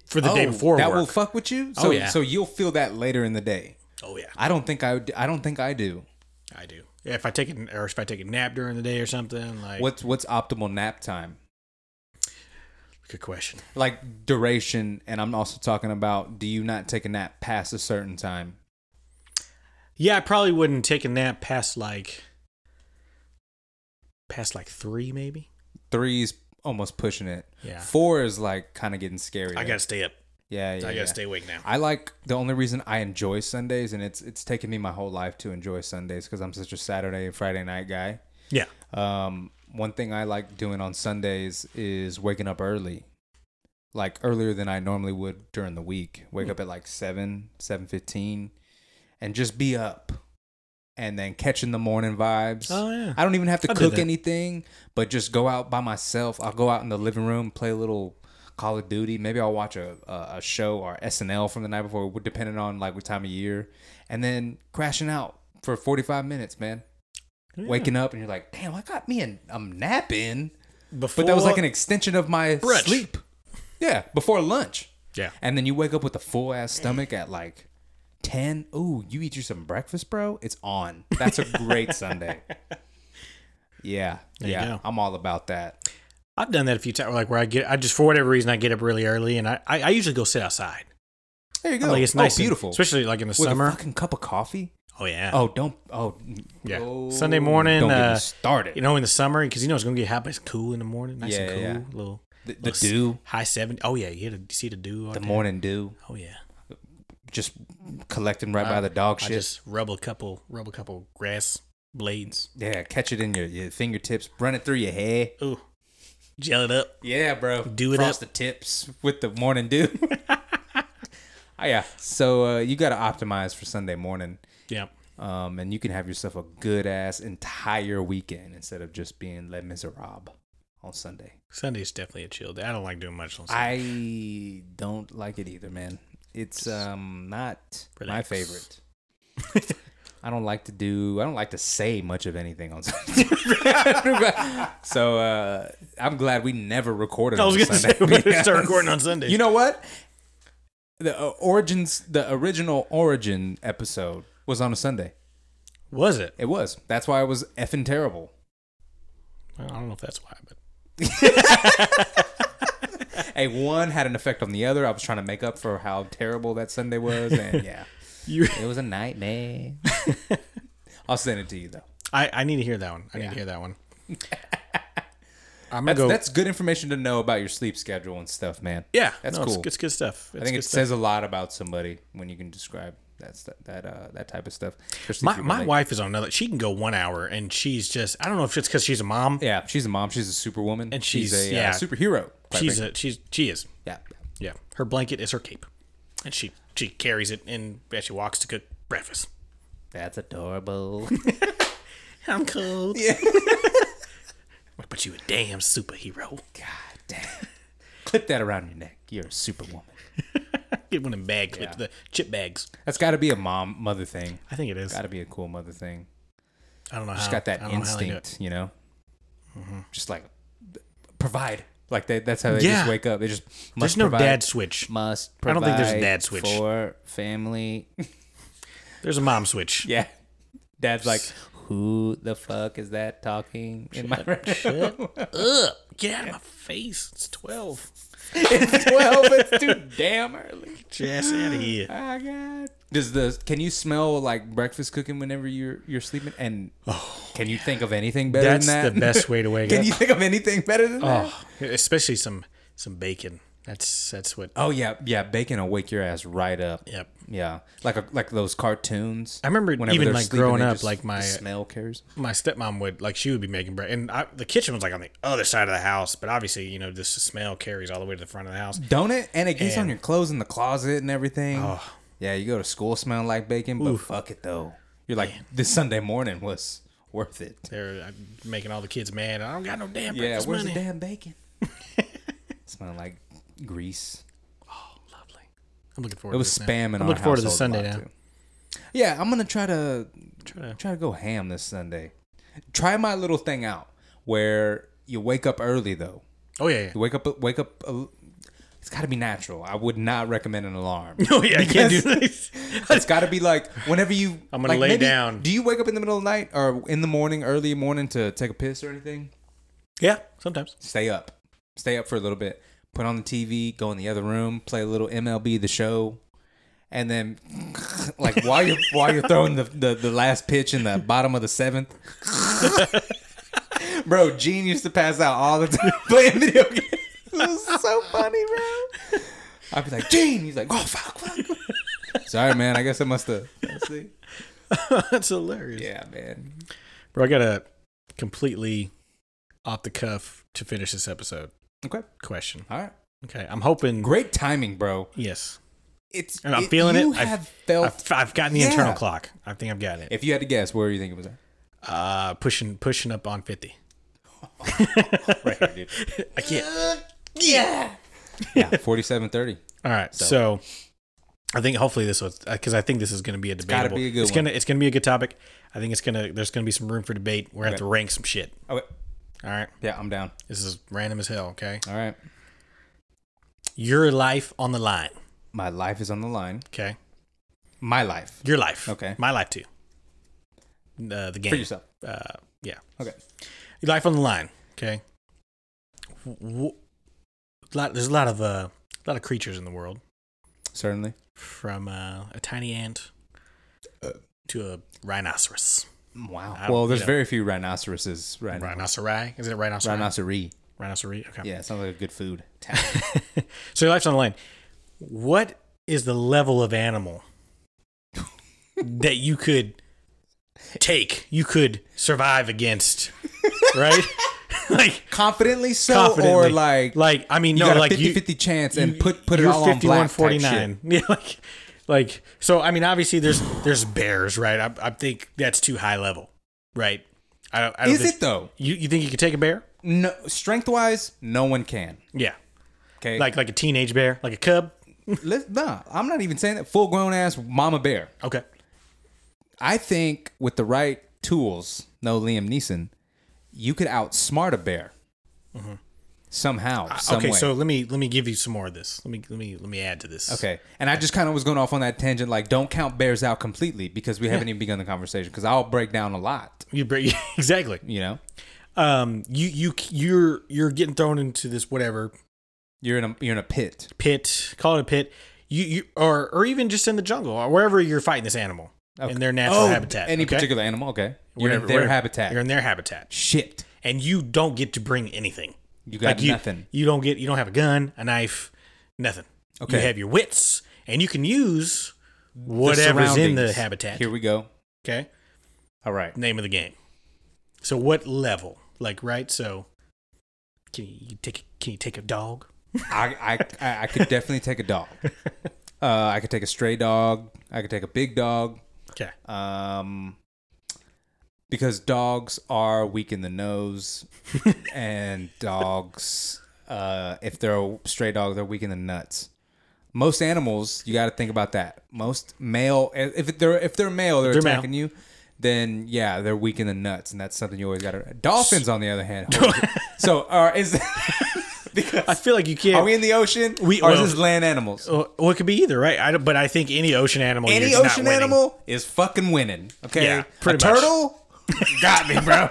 for the day before Oh, That will work. fuck with you. So, Oh, yeah. So you'll feel that later in the day. Oh yeah, I don't think I. would- I don't think I do. I do. If I take it or if I take a nap during the day or something like What's what's optimal nap time? Good question. Like duration, and I'm also talking about. Do you not take a nap past a certain time? Yeah, I probably wouldn't take a nap past like past like three, maybe. Three's almost pushing it. Yeah. Four is like kind of getting scary. I gotta stay up. Yeah, yeah. I gotta yeah. stay awake now. I like the only reason I enjoy Sundays, and it's it's taken me my whole life to enjoy Sundays because I'm such a Saturday and Friday night guy. Yeah. Um, one thing I like doing on Sundays is waking up early, like earlier than I normally would during the week. Wake Hmm. up at like seven, seven fifteen, and just be up, and then catching the morning vibes. Oh, yeah. I don't even have to I do cook that. anything, but just go out by myself. I'll go out in the living room, play a little Call of Duty. Maybe I'll watch a a, a show or SNL from the night before, depending on like what time of year, and then crashing out. for 45 minutes, man. Waking up and you're like, damn, I got me an, a nap in. Before, But that was like an extension of my Brunch. sleep. Yeah, before lunch. Yeah. And then you wake up with a full ass stomach at like 10. Ooh, you eat you some breakfast, bro? It's on. That's a great Sunday. Yeah. you yeah. go. I'm all about that. I've done that a few times. Like where I get, I just for whatever reason I get up really early and I, I, I usually go sit outside. There you go. Like it's nice, Oh, and- beautiful. especially like in the with summer. a fucking cup of coffee. oh yeah. Oh, don't. Oh, yeah. oh, Sunday morning. Don't get uh, me started. You know, in the summer because you know it's gonna get hot, but it's cool in the morning. Nice and Yeah, cool. yeah, Little the, the little s- dew, High seventy. Oh yeah, you, had to, see the dew. out the there. morning dew, Oh yeah. just collecting right by the dog I shit. just rub a couple, rub a couple grass blades. yeah, catch it in your, your fingertips, run it through your hair. Ooh, gel it up. Yeah, bro. Do it Frost the tips with the morning dew. oh, yeah. So uh, you got to optimize for Sunday morning, Yeah. um, and you can have yourself a good ass entire weekend instead of just being Les Miserables on Sunday. Sunday's definitely a chill day. I don't like doing much on Sunday. I don't like it either, man. It's um not Relax. my favorite. I don't like to do. I don't like to say much of anything on Sunday. so uh, I'm glad we never recorded. I, was on gonna Sunday. say we better start Yes. recording on Sunday. You know what? The uh, origins, the original origin episode was on a Sunday. was it? It was. That's why it was effing terrible. Well, I don't know if that's why, but Hey, one had an effect on the other. I was trying to make up for how terrible that Sunday was, and yeah, You- it was a nightmare. I'll send it to you though. I, I need to hear that one. I need to hear that one. I'm gonna That's, go. that's good information to know about your sleep schedule and stuff, man. yeah, that's no, it's- cool. It's, good stuff. I think good it stuff. says a lot about somebody when you can describe that stu- that uh, that type of stuff. especially if my you my relate. wife is on another. She can go one hour, and she's just. I don't know if it's because she's a mom. Yeah, she's a mom. She's a superwoman, And she's- she's a yeah. uh, superhero. quite she's frankly. a she's she is. yeah. Yeah, her blanket is her cape, and she she carries it in as she walks to cook breakfast. That's adorable. I'm cold. Yeah. but you a damn superhero. God damn. Clip that around your neck. You're a superwoman. Get one in bag clips, Yeah. the chip bags. That's got to be a mom mother thing. I think it is. Got to be a cool mother thing. I don't know. Just how, got that I don't know how they do instinct, you Ah, know. Just like provide. Like they, that's how they Yeah. just wake up. They just must There's no provide- dad switch. Must. I Provide don't think there's a dad switch. for family. There's a mom switch. yeah. Dad's like, who the fuck is that talking in my room? Ugh, get out of my face. It's 12. Twelve. It's too damn early. Just out of here. Oh God. Does the can you smell like breakfast cooking whenever you're you're sleeping? And can you think of anything better That's than that? the best way to wake can up. you think of anything better than that? Oh, especially some some bacon. That's that's what. Oh yeah, yeah. Bacon will wake your ass right up. Yep. Yeah, like a, like those cartoons. I remember even, they're like, sleeping, growing they up, just- like, my- the smell carries. My stepmom would like she would be making bread, and I, the kitchen was like on the other side of the house. But obviously, you know, this smell carries all the way to the front of the house. Don't it? And it gets on And- your clothes in the closet and everything. Yeah, you go to school smelling like bacon, but fuck it though. You're like this Sunday morning was worth it. They're uh, making all the kids mad. I don't got no damn Yeah, breakfast where's money. the damn bacon? Smelling like grease. Lovely. I'm looking forward. It was to this now. spamming. I'm looking forward to the Sunday now. Yeah, I'm gonna try to Try to- try to go ham this Sunday. Try my little thing out where you wake up early though. Oh yeah. You wake up, wake up. A, it's got to be natural. I would not recommend an alarm. Oh yeah. I can't do this. it's got to be like whenever you. I'm gonna like, lay down. Do you wake up in the middle of the night or in the morning, early morning to take a piss or anything? yeah. Sometimes. stay up, stay up for a little bit, put on the TV, go in the other room, play a little MLB the show, and then like while you're while you're throwing the, the the last pitch in the bottom of the seventh. Bro, Gene used to pass out all the time playing video games. It was so funny, bro. I'd be like, Gene. He's like, oh fuck, fuck. Sorry, man. I guess I must have. That's hilarious. Yeah, man. Bro, I got a completely off the cuff to finish this episode Okay. question. All right. Okay, I'm hoping. Great timing, bro. Yes, It's. and I'm feeling you it. have I've, felt. I've, I've gotten the Yeah. internal clock. I think I've got it. if you had to guess, where do you think it was at? Uh, pushing pushing up on fifty. right here, dude. I can't. Yeah. Yeah. Forty-seven thirty. All right, so, I think hopefully this was because I think this is going to be a gotta debatable. be a good it's gonna it's gonna be a good topic. I think it's gonna there's gonna be some room for debate. We're gonna have to rank some shit. Okay. All right, Oh, Yeah, I'm down. this is random as hell. Okay, All right. your life on the line. My life is on the line. Okay, My life. your life. Okay. my life too. Uh, the game For yourself. Uh, yeah, Okay. your life on the line. Okay, w- lot, there's a lot of uh, a lot of creatures in the world. Certainly. from uh, a tiny ant Uh. to a rhinoceros. Wow. I don't- Well, there's you know. very few rhinoceroses right now. Rhinoceri? Is it rhinoceros? Rhinoceri. Rhinoceri? Okay. Yeah, it sounds like a good food. So your life's on the line. What is the level of animal that you could take, you could survive against, right? like, Confidently so, confidently. or like like I mean, you no, got a like 50, you, 50 chance and put put it you're all on black type 51-49. Yeah, like, like so. I mean, obviously, there's there's bears, right? I, I think that's too high level, right? I, don't- I shit. don't Is think- it though? You you think you could take a bear? No, strength wise, no one can. Yeah, Okay, like like a teenage bear, like a cub. Let- nah, I'm not even saying that. Full grown ass mama bear. Okay, I think with the right tools, no Liam Neeson, you could outsmart a bear somehow, some Mm-hmm. okay. way. So let me let me give you some more of this. Let me let me let me add to this. Okay. And I just kind of was going off on that tangent, like don't count bears out completely because we haven't even begun the conversation. Because I'll break down a lot, you bra- exactly. you know. Um, you you you're you're getting thrown into this whatever You're in a you're in a pit. pit. Call it a pit. You you or or even just in the jungle or wherever you're fighting this animal in their natural habitat. Oh, Any okay? particular animal? Okay. You're Whatever- in their whatever. habitat. You're in their habitat, Shit. and you don't get to bring anything. You got nothing. You don't get. You don't have a gun, a knife, nothing. Okay. You have your wits, and you can use whatever's in the surroundings. habitat. Here we go. okay. All right. Name of the game. So what level? Like right? So can you, you take? Can you take a dog? I, I- I I could definitely take a dog. Uh, I could take a stray dog. I could take a big dog. Okay. Um, because dogs are weak in the nose, and dogs, uh, if they're a stray dog, they're weak in the nuts. Most animals, you got to think about that. Most male, if they're if they're male, they're, They're male. attacking you. Then yeah, they're weak in the nuts, and that's something you always got to. Dolphins, on the other hand, holy shit. so are is because I feel like you can't. are we in the ocean? We- or well- is this land animals? well, well, it could be either, right? I don't, but I think any ocean animal. Any you're not ocean winning. animal is fucking winning. Okay, Yeah, a pretty much. turtle got me, bro.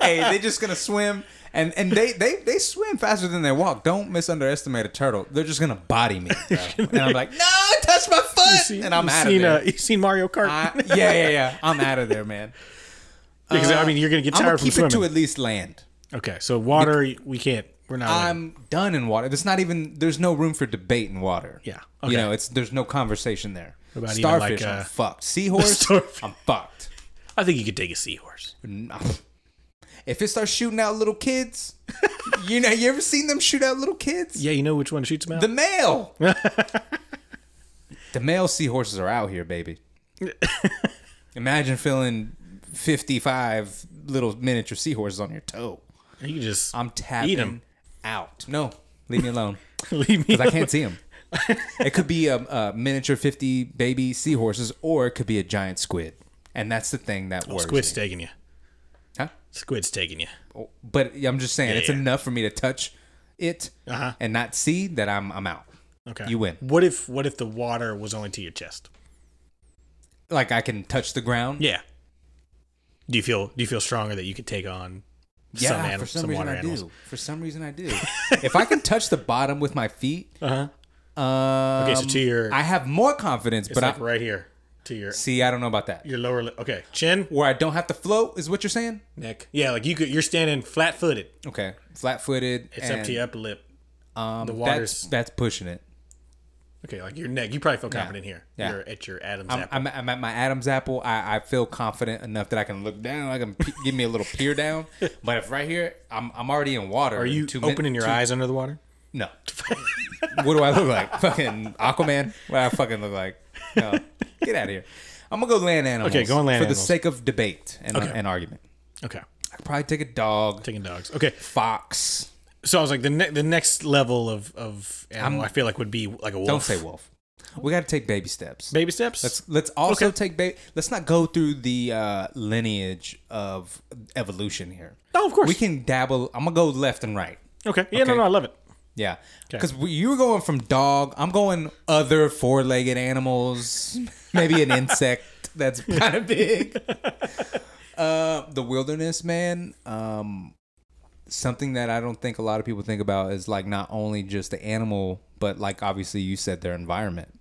hey, they just gonna swim, and and they they they swim faster than they walk. Don't misunderestimate a turtle. They're just gonna body me, bro. and I'm like, no, touch my You foot, see- and I'm you've out of seen, there. Uh, you seen Mario Kart? I- yeah, yeah, yeah. I'm out of there, man. Because I mean, you're gonna get I'm gonna tired from uh, keep swimming. it to at least land. Okay, so water we can't. We're not. winning. I'm done in water. There's not even there's no room for debate in water. Yeah, You okay. know, it's there's no conversation there. What about even like, Starfish, I'm uh, fucked. Seahorse, starfish. I'm fucked. I think you could take a seahorse. If it starts shooting out little kids, you know, you ever seen them shoot out little kids? Yeah, you know which one shoots them out. The male. the male seahorses are out here, baby. Imagine feeling 55 little miniature seahorses on your toe. you can just I'm tapping 'em. out. No, leave me alone. leave me. because I can't see them. it could be a, a miniature 50 baby seahorses, or it could be a giant squid. And that's the thing that works. Squid's taking you. Huh? Squid's taking you. But I'm just saying, it's yeah. enough for me to touch it Uh-huh. and not see that I'm, I'm out. Okay. You win. What if What if the water was only to your chest? Like I can touch the ground. Yeah. Do you feel Do you feel stronger that you could take on Yeah, some animals, for some, some, reason water I animals? do. For some reason I do. if I can touch the bottom with my feet, Uh um, Okay, so to your- I have more confidence. It's But like I right here to your see, I don't know about that. your lower lip. Okay, chin, Where I don't have to float is what you're saying. neck. Yeah, like you could. You're standing flat footed. Okay, flat-footed. It's up and- to your upper lip. Um, The that's water's- that's pushing it. Okay, like your neck. You probably feel confident here. Yeah. You're at your Adam's I'm, apple. I'm, I'm at my Adam's apple. I, I feel confident enough that I can look down. I can pe- give me a little peer down. But if right here, I'm I'm already in water. Are you opening your eyes under the water? No. what do I look like? Fucking Aquaman? What I fucking look like? No. Get out of here. I'm gonna go land animals. Okay, go on land for the animals. sake of debate and, Okay. and argument. Okay, I could probably take a dog, taking dogs. Okay, fox. so I was like the ne- the next level of of animal i feel like would be like a wolf. Don't say wolf. We got to take baby steps. Baby steps. Let's let's also take baby. Let's not go through the uh, lineage of evolution here. oh, of course. We can dabble. I'm gonna go left and right. okay. Yeah, no, okay. no, I love it. Yeah, because you were going from dog. I'm going other four-legged animals, maybe an insect that's kind of big. Uh, the wilderness man. Um, something that I don't think a lot of people think about is like not only just the animal, but like obviously you said their environment.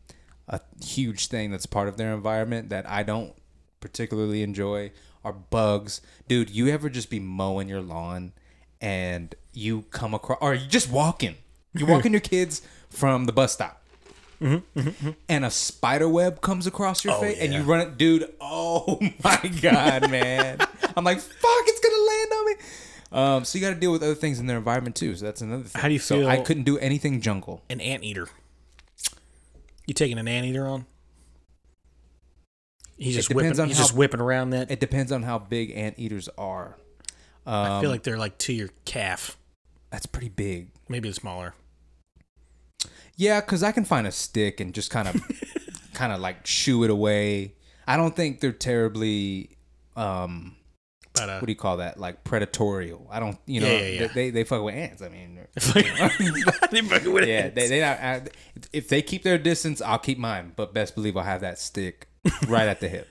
A huge thing that's part of their environment that I don't particularly enjoy are bugs. Dude, you ever just be mowing your lawn and you come across, or you just walking, you're walking your kids from the bus stop. And a spider web comes across Oh, your face, and you run it, dude. Oh my god, man! I'm like, fuck, it's gonna land on me. Um, so you got to deal with other things in their environment too. So that's another thing. How do you so feel- I couldn't do anything jungle. An anteater. You taking an anteater on? He's just depends whipping. on he's how- just whipping around that. It depends on how big anteaters are. I Um, feel like they're like to your calf, That's pretty big. maybe smaller. Yeah, because I can find a stick and just kind of, kind of like shoo it away. I don't think they're terribly, um, But uh, what do you call that? Like predatorial. I don't, you know, Yeah, yeah, yeah. They, they fuck with ants. I mean, They fucking with yeah, it. they, they not, I, if they keep their distance, I'll keep mine. But best believe I'll have that stick right at the hip.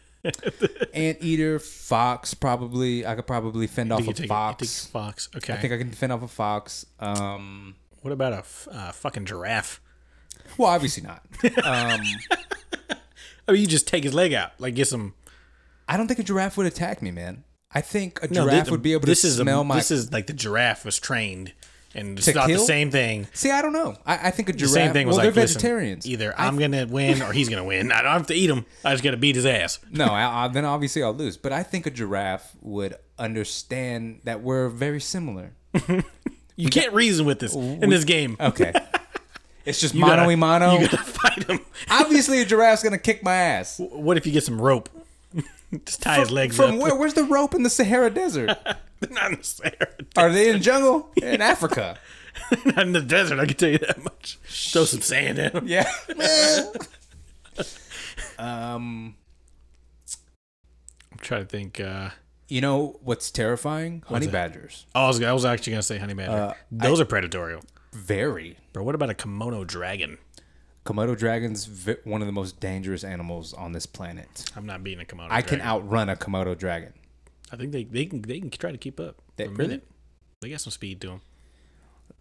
Anteater, fox, probably. I could probably fend off You a take- you take fox. fox. Okay. I think I can fend off a fox. Um, what about a f- uh, fucking giraffe? well, obviously not. I mean, you just take his leg out, like get some. I don't think a giraffe would attack me, man. I think a No, giraffe thi- would be able this to is smell a, my. This is like the giraffe was trained, and it's not kill? the same thing. See, I don't know. I, I think a The giraffe. same thing was well, like they're listen, vegetarians. Either I'm gonna win or he's gonna win. I don't have to eat him. I just gotta beat his ass. no, I, I, then obviously I'll lose. But I think a giraffe would understand that we're very similar. You can't reason with this in this game. Okay. it's just You gotta- mono y mono. You gotta fight him. Obviously, a giraffe's gonna kick my ass. What if you get some rope? just tie his legs From up. where? Where's the rope in the Sahara Desert? They're not in the Sahara. Are they in jungle in Africa? They're not in the desert. I can tell you that much. Throw some sand in him. Yeah. um, I'm trying to think. Uh, you know what's terrifying? Honey badgers. oh, I was, I was actually gonna say honey badger. Those are predatorial. Very. But what about a kimono dragon? Komodo dragons, ve- one of the most dangerous animals on this planet. I'm not beating a kimono. I dragon. can outrun a Komodo dragon. I think they, they can they can try to keep up. They- for a really? minute. They got some speed to them.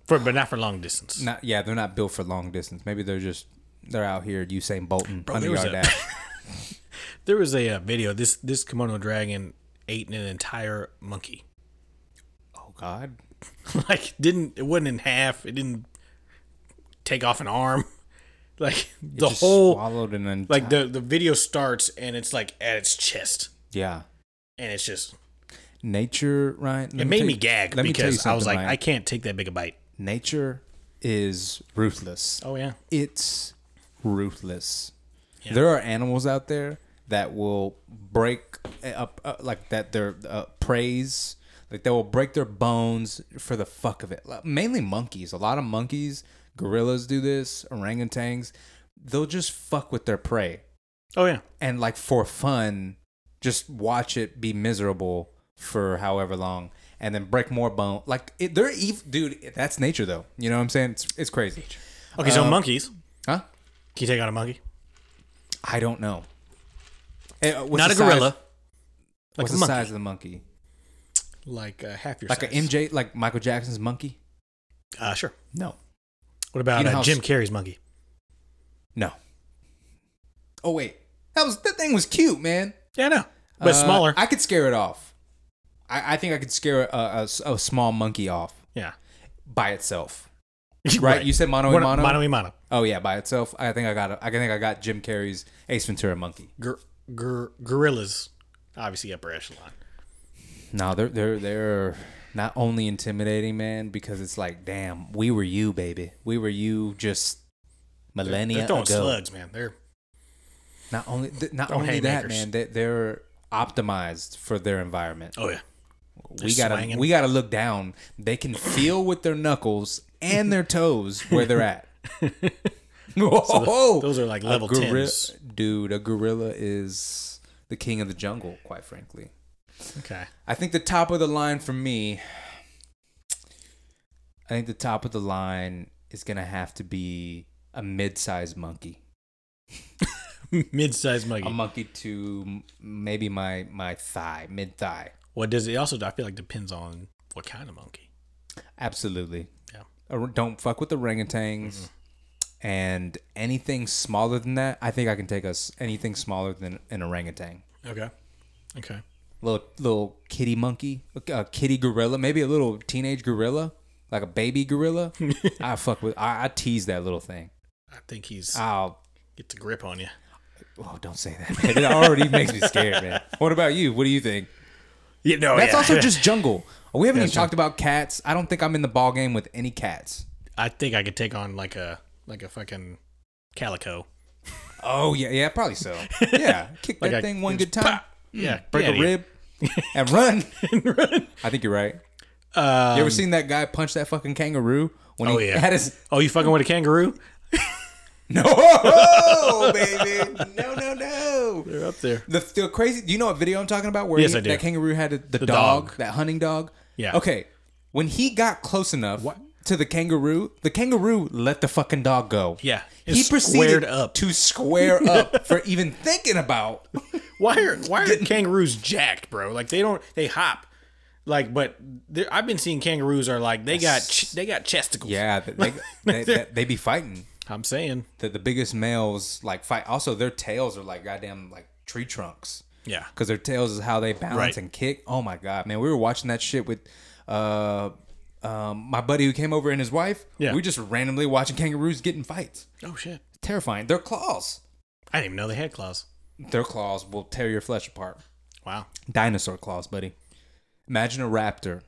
For but not for long distance. Not yeah, they're not built for long distance. Maybe they're just they're out here Usain Bolton there hundred was yard a- dash. There was a uh, video. This this kimono dragon ate an entire monkey. Oh God. like didn't it wasn't in half. It didn't take off an arm. Like the Just whole swallowed and then like the the video starts and it's like at its chest yeah. and it's just nature, Ryan. let it tell made me you- gag let me tell you because I was something, like Ryan. I can't take that big a bite. nature is ruthless. Oh yeah. It's ruthless. There are animals out there that will break up uh, like that their uh, preys. Like they will break their bones for the fuck of it. Like, Mainly monkeys. A lot of monkeys, gorillas do this. Orangutans, they'll just fuck with their prey Oh yeah. and like for fun, just watch it be miserable for however long, and then break more bone. Like it, they're ev- dude. That's nature, though. You know what I'm saying? It's, it's crazy, Okay, Uh, so monkeys. huh? Can you take out a monkey? I don't know. Eh, uh, what's Not the a gorilla. Size, Like what's a the monkey. size of the monkey? Like uh, half your Like size. a MJ, like Michael Jackson's monkey? Uh, sure. No, What about You know uh, how- Jim Carrey's monkey? no. Oh wait, that was that thing was cute, man. Yeah, no, but Uh, smaller. I could scare it off. I, I think I could scare a, a s- a small monkey off yeah, by itself. Right, you said mono and Mono- mono? Mono and mono. Oh yeah, by itself. I think I got. I think I got Jim Carrey's Ace Ventura monkey. Gor- gor- gorillas, obviously upper echelon. No, they're they're they're not only intimidating, man, because it's like, damn, we were you, baby. We were you just millennia They're throwing ago. slugs, man. They're Not only th- not Throwing only that, haymakers. man. They, they're optimized for their environment. oh yeah, we gotta swinging. we gotta look down. They can feel with their knuckles and their toes where they're at. Oh, Whoa! those are like A level gorilla- 10s. dude. A gorilla is the king of the jungle. Quite frankly, Okay. I think the top of the line for me, I think the top of the line is gonna have to be a mid-sized monkey, Mid-sized monkey. a monkey to m- maybe my my thigh, mid thigh. what does it also? I feel like depends on what kind of monkey. Absolutely. Yeah. Or- Don't fuck with orangutans. Mm-hmm. And anything smaller than that, I think I can take us anything smaller than an orangutan. Okay. Okay. Little little kitty monkey, a kitty gorilla, maybe a little teenage gorilla, like a baby gorilla. I fuck with. I, I tease that little thing. I think he's I'll. gets a grip on you. Oh, don't say that. Man. It already makes me scared, man. What about you? What do you think? Yeah, no, That's Oh, yeah. also just jungle. We haven't even talked about cats. I don't think I'm in the ball game with any cats. I think I could take on like a like a fucking calico. Oh yeah, yeah, probably so. Yeah, kick that Like I- thing one good just time, pop. Yeah, Hmm. break get a rib, and run. I think you're right. out of here. You ever seen that guy punch that fucking kangaroo when Um, oh he yeah. had his oh, you fucking with a kangaroo? no, baby, no, no, no. They're up there. The, the crazy. Do you know what video I'm talking about? Where Yes, he- I do. that kangaroo had a, the, dog, dog. that hunting dog. Yeah. Okay, when he got close enough. To the kangaroo, the kangaroo let the fucking dog go. Yeah. It he proceeded squared up. to square up for even thinking about Why are why are kangaroos jacked, bro? Like they don't they hop. Like, but there- I've been seeing kangaroos are like they got ch- they got chesticles. Yeah, th- they, they, they, they be fighting. I'm saying. The, the biggest males like fight. Also, their tails are like goddamn like tree trunks Yeah, because their tails is how they balance Right. and kick. Oh my god, man, we were watching that shit with uh um my buddy who came over and his wife. Yeah. we just randomly watching kangaroos getting fights. Oh shit! Terrifying. Their claws, I didn't even know they had claws. their claws will tear your flesh apart. Wow. Dinosaur claws, buddy. Imagine a raptor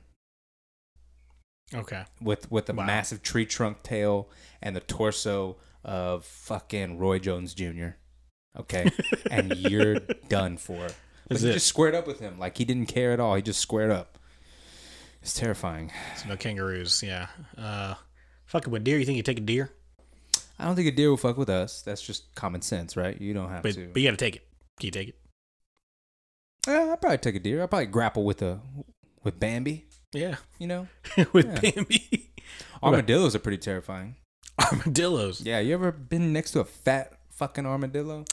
Okay. with with a Wow. massive tree trunk tail and the torso of fucking Roy Jones Jr. Okay, and you're done for. But Is he it- just squared up with him like he didn't care at all. He just squared up. It's terrifying. So no kangaroos. Yeah. Uh, fucking with deer. You think you take a deer? I don't think a deer will fuck with us. That's just common sense, right? You don't have But to. but you got to take it. Can you take it? Yeah, Ah, I'd probably take a deer. I'd probably grapple with a with Bambi. Yeah. You know, with Yeah. Bambi. armadillos are pretty terrifying. Armadillos. Yeah, you ever been next to a fat fucking armadillo?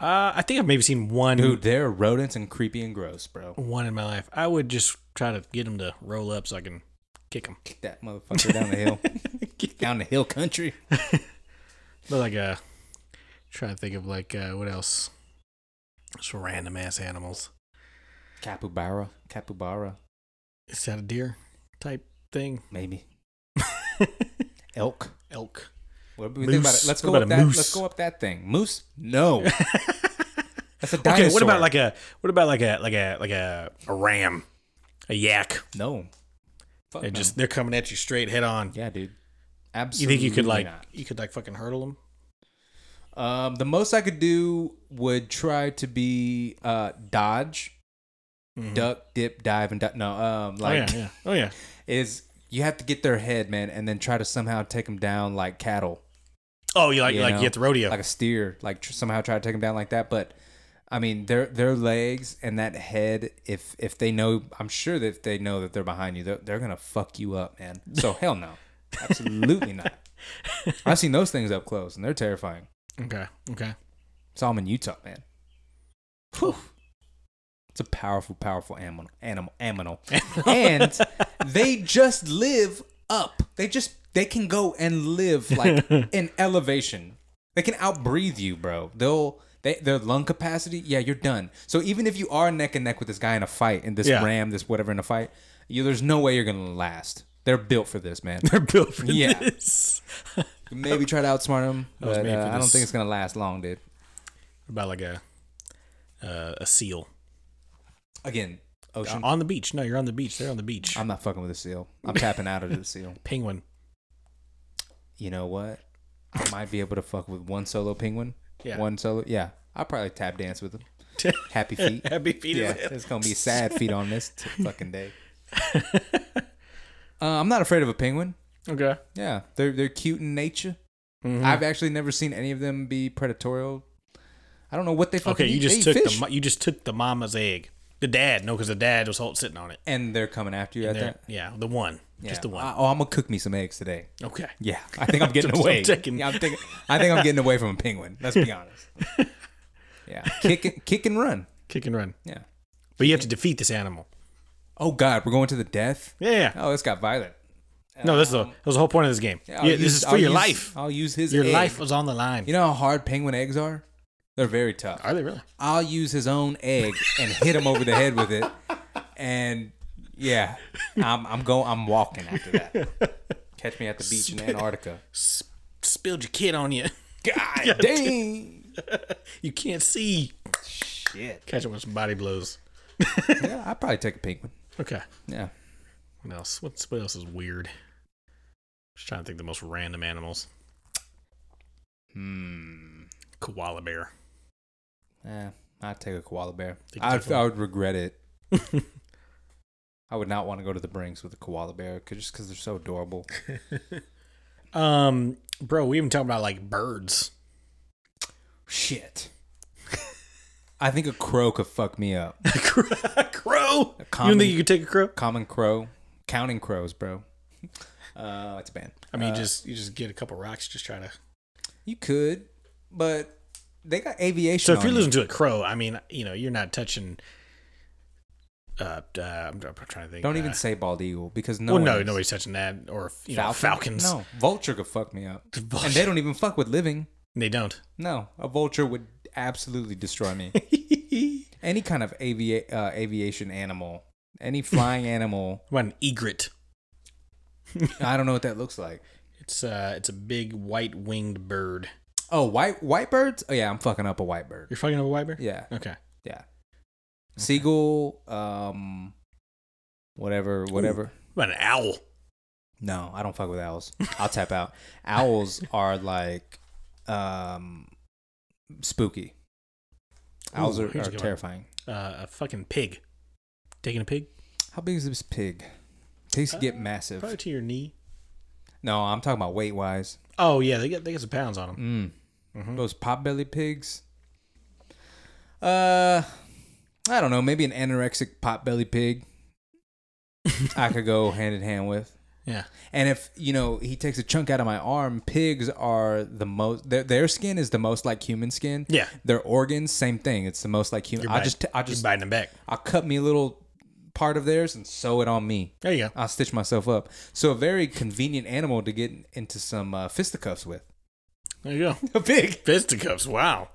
Uh, I think I've maybe seen one Dude, they're rodents and creepy and gross, bro. one in my life. I would just try to get him to roll up so I can kick him. Kick that motherfucker down the hill. down the hill country. But like uh trying to think of like uh what else? Just random ass animals. Capybara. Capybara, Is that a deer type thing? maybe. Elk. Elk. What do we think about Moose. it? Let's What go up about a that. moose? Let's go up that thing. Moose? No. That's a dinosaur. Okay, what about like a what about like a like a like a a ram? A yak. no? Fuck They no. just they're coming at you straight head on. yeah, dude. you Absolutely. think you could like not. you could like fucking hurdle them? Um, the most I could do would try to be uh dodge, duck, dip, dive, and di- no. Um, Mm-hmm. Oh like yeah, yeah. Oh yeah. is you have to get their head, man, and then try to somehow take them down like cattle. Oh, you like you like know, you at the rodeo. like a steer, like tr- somehow try to take them down like that. But I mean, their their legs and that head. If if they know, I'm sure that if they know that they're behind you, they're, they're gonna fuck you up, man. So hell no, absolutely not. I've seen those things up close, and they're terrifying. okay. Okay. Saw them in Utah, man. Whew. It's a powerful, powerful animal, animal, animal, and they just live up. They just they can go and live like in elevation. They can outbreathe you, bro. They'll they their lung capacity. Yeah, you're done. So even if you are neck and neck with this guy in a fight, in this Yeah. ram, this whatever in a fight, you, there's no way you're gonna last. They're built for this, man. They're built for Yeah. this. Maybe try to outsmart them, was but made for uh, I don't this. think it's gonna last long, dude. about like a uh, a seal Uh, Again, ocean. on the beach. No, you're on the beach. They're on the beach. I'm not fucking with a seal. I'm tapping out of the seal. Penguin. You know what? I might be able to fuck with one solo penguin. Yeah. One solo. Yeah. I'll probably tap dance with him. Happy feet. Happy feet. yeah. It's gonna be sad feet on this t- fucking day. Uh, I'm not afraid of a penguin. Okay. Yeah, they're they're cute in nature. Mm-hmm. I've actually never seen any of them be predatorial. I don't know what they fucking Okay, you eat. just They took eat the fish. mo- you just took the mama's egg. The dad, no, because the dad was all sitting on it. and they're coming after you at There- that. yeah, the one, just the Yeah. one. I- oh, I'm gonna cook me some eggs today. okay. Yeah, I think I'm getting I'm away. taking- yeah, I'm thinking, I think I'm getting away from a penguin. Let's be honest. Yeah, kick, and- kick and run. Kick and run. Yeah. But you have to defeat this animal. Oh God, we're going to the death. Yeah. Oh, this got violent. no, this is the, that was the whole point of this game. Yeah, Yeah, this is for your life. I'll use his. Your egg. life was on the line. You know how hard penguin eggs are? They're very tough. Are they really? I'll use his own egg and hit him over the head with it. And yeah, I'm I'm going. I'm walking after that. Catch me at the beach in Antarctica. S- spilled your kid on you. God dang. You can't see. Shit. Catch him with some body blows. Yeah, I'd probably take a penguin. Okay. Yeah. What else? What's, what else is weird? Just trying to think of the most random animals. Hmm. Koala bear. Yeah, Eh, I'd take a koala bear. Take a I'd, koala. I would regret it. I would not want to go to the Brinks with a koala bear 'cause- just because they're so adorable. Um, bro, we even talking about like birds. Shit. I think a crow could fuck me up. A crow. You common- don't think you could take a crow? Common crow, counting crows, bro. Uh, it's banned. I mean, you just you just get a couple rocks, just try to. You could, but they got aviation. So if on you're you. losing to a crow, I mean, you know, you're not touching. Uh, uh I'm, I'm trying to think. don't even uh, say bald eagle because no. well, one no, is. nobody's touching that, or you know, Falcon? falcons. No, vulture could fuck me up, Vulture. and they don't even fuck with living. They don't. No, a vulture would absolutely destroy me. any kind of avia- uh, aviation animal, any flying animal. What an egret! I don't know what that looks like. It's uh, it's a big white winged bird. Oh, white white birds. Oh yeah, I'm fucking up a white bird. You're fucking up a white bear. Yeah, Okay. yeah. Seagull. Um, whatever, whatever. What an owl. No, I don't fuck with owls. I'll tap out. Owls are like, um, spooky. Owls Ooh, are, here's are a good one. terrifying. Uh, a fucking pig. Taking a pig How big is this pig? Pigs get massive. Uh, probably to your knee. No, I'm talking about weight wise. Oh yeah, they get they get some pounds on them. Mm. Those potbelly pigs. Uh, I don't know. Maybe an anorexic potbelly pig. I could go hand in hand with. Yeah. And if you know he takes a chunk out of my arm, pigs are the most. Their, their skin is the most like human skin. Yeah. Their organs, same thing. It's the most like human. You're I biting- just, I you're just, biting them back. I'll cut me a little part of theirs and sew it on me. There you go. I'll stitch myself up. So a very convenient animal to get into some uh, fisticuffs with. There you go. A pig. Fisticuffs. Wow.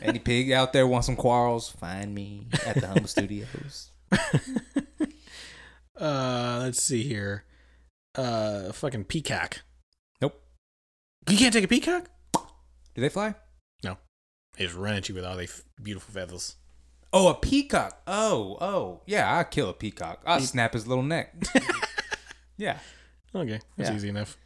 Any pig out there want some quarrels? Find me at the Humble Studios. Uh, let's see here. Uh, fucking peacock. Nope. You can't take a peacock. Do they fly? They just run at you with all their f- beautiful feathers. Oh, a peacock. Oh, oh, yeah. I kill a peacock. I snap his little neck. yeah. Okay, that's Yeah. easy enough.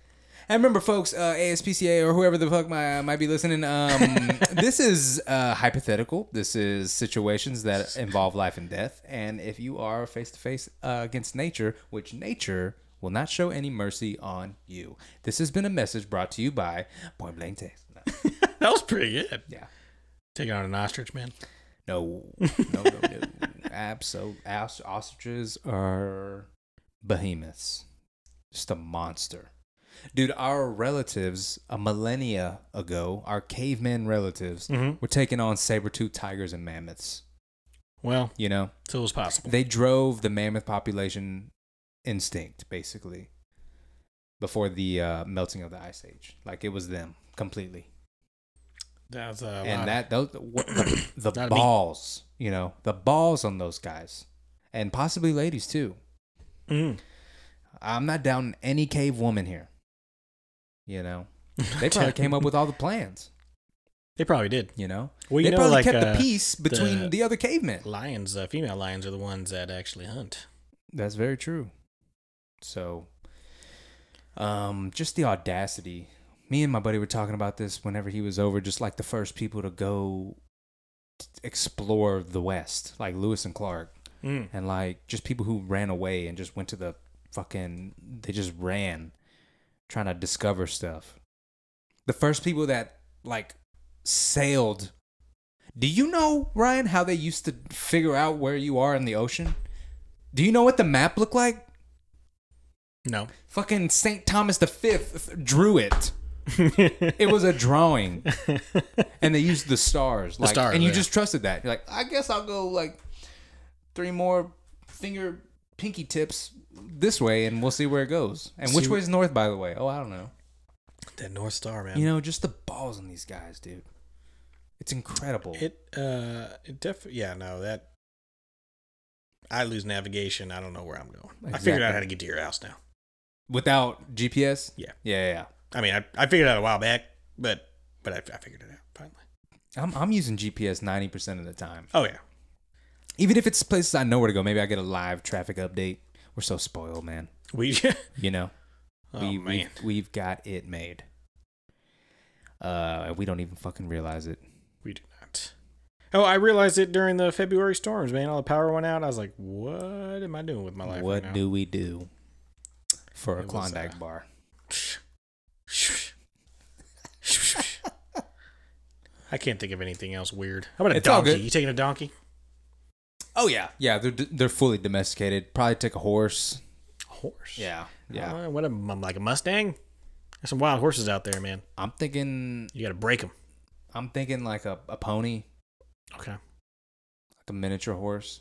And remember, folks, uh, ASPCA or whoever the fuck might, might be listening, um, this is uh, hypothetical. This is situations that involve life and death. And if you are face to face against nature, which nature will not show any mercy on you, this has been a message brought to you by Point Blank Taste. No. That was pretty good. Yeah. Taking on an ostrich, man. No, no, no, no. Absol- os- ostriches are behemoths. Just a monster. Dude, our relatives a millennia ago, our caveman relatives, Mhm. were taking on saber-toothed tigers and mammoths. Well, You know, so it was possible. they drove the mammoth population instinct, basically, before the uh, melting of the ice age. Like it was them completely That was uh, and wow. that those what, the, Not a the beat. balls, you know, the balls on those guys, and possibly ladies too. Mm. I'm not down any cave woman here. You know, they probably came up with all the plans. They probably did. You know, Well, you they know, probably like, kept uh, the peace between the- the, other cavemen. Lions, uh, female lions, are the ones that actually hunt. That's very true. So, um, just the audacity. Me and my buddy were talking about this whenever he was over, just like the first people to go t- explore the West, like Lewis and Clark. Mm. and like just people who ran away and just went to the fucking they just ran trying to discover stuff. The first people that like sailed. Do you know, Ryan, how they used to figure out where you are in the ocean? Do you know what the map looked like? No. Fucking St. Thomas the Fifth drew it. it was a drawing. and they used the stars. Like, stars, and you yeah. just trusted that. You're like, I guess I'll go like three more finger pinky tips this way and we'll see where it goes. And which See- way's north, by the way? Oh, I don't know. That North Star, man. You know, just the balls on these guys, dude. It's incredible. It uh it def yeah, no, that I lose navigation. I don't know where I'm going. I figured Exactly. out how to get to your house now. Without GPS? Yeah. Yeah, yeah, yeah. I mean, I, I figured it out a while back, but but I, I figured it out finally. I'm, I'm using GPS 90% of the time. Oh yeah. Even if it's places I know where to go, maybe I get a live traffic update. We're so spoiled, man. We You know? Oh we, man. We've, we've got it made. Uh, and we don't even fucking realize it. We do not. Oh, I realized it during the February storms, man. All the power went out. I was like, what am I doing with my life? what right do we do for a It was, Klondike uh, bar? Now? I can't think of anything else weird. How about a It's all donkey? good. You taking a donkey? Oh yeah, yeah. They're they're fully domesticated. Probably took a horse. Horse. Yeah, yeah. Yeah. Uh-huh. what a, I'm like a Mustang. There's some wild horses out there, man. I'm thinking, You got to break them. I'm thinking like a, a pony, Okay. like a miniature horse.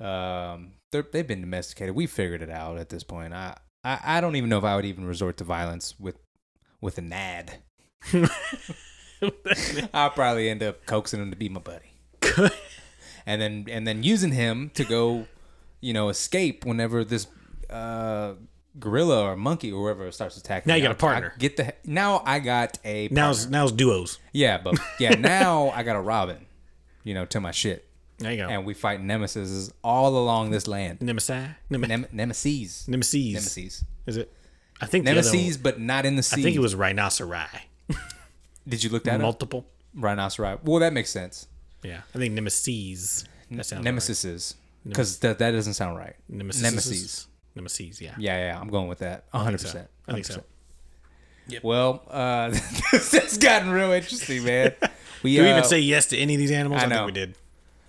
Um, they're they've been domesticated. We figured it out at this point. I, I I don't even know if I would even resort to violence with with a nad. I'll probably end up coaxing him to be my buddy. and then and then using him to go, you know, escape whenever this uh, gorilla or monkey or whoever starts attacking. Now you me. got I- a partner. I get the he- now I got a now's partner. now's duos. yeah, but yeah now I got a Robin, you know, to my shit, There you go. and we fight nemesis all along this land. Nemesis. Nem- Nem- nemesis. Nemesis. Nemesis. Is it? I think the other Nemesis, one- but not in the sea. I think it was rhinoceri. Did you look that up? Multiple. Rhinoceros. Well, that makes sense. Yeah. I think nemesis. That sounds Nemesises. Because that, that doesn't sound right. Right. Nemesis. Nemesis. Nemesis. Yeah. Yeah, yeah, I'm going with that. 100%. So, I think so. Well, uh, this has gotten real interesting, man. We, Do we uh, even say yes to any of these animals? I I, know. think we did.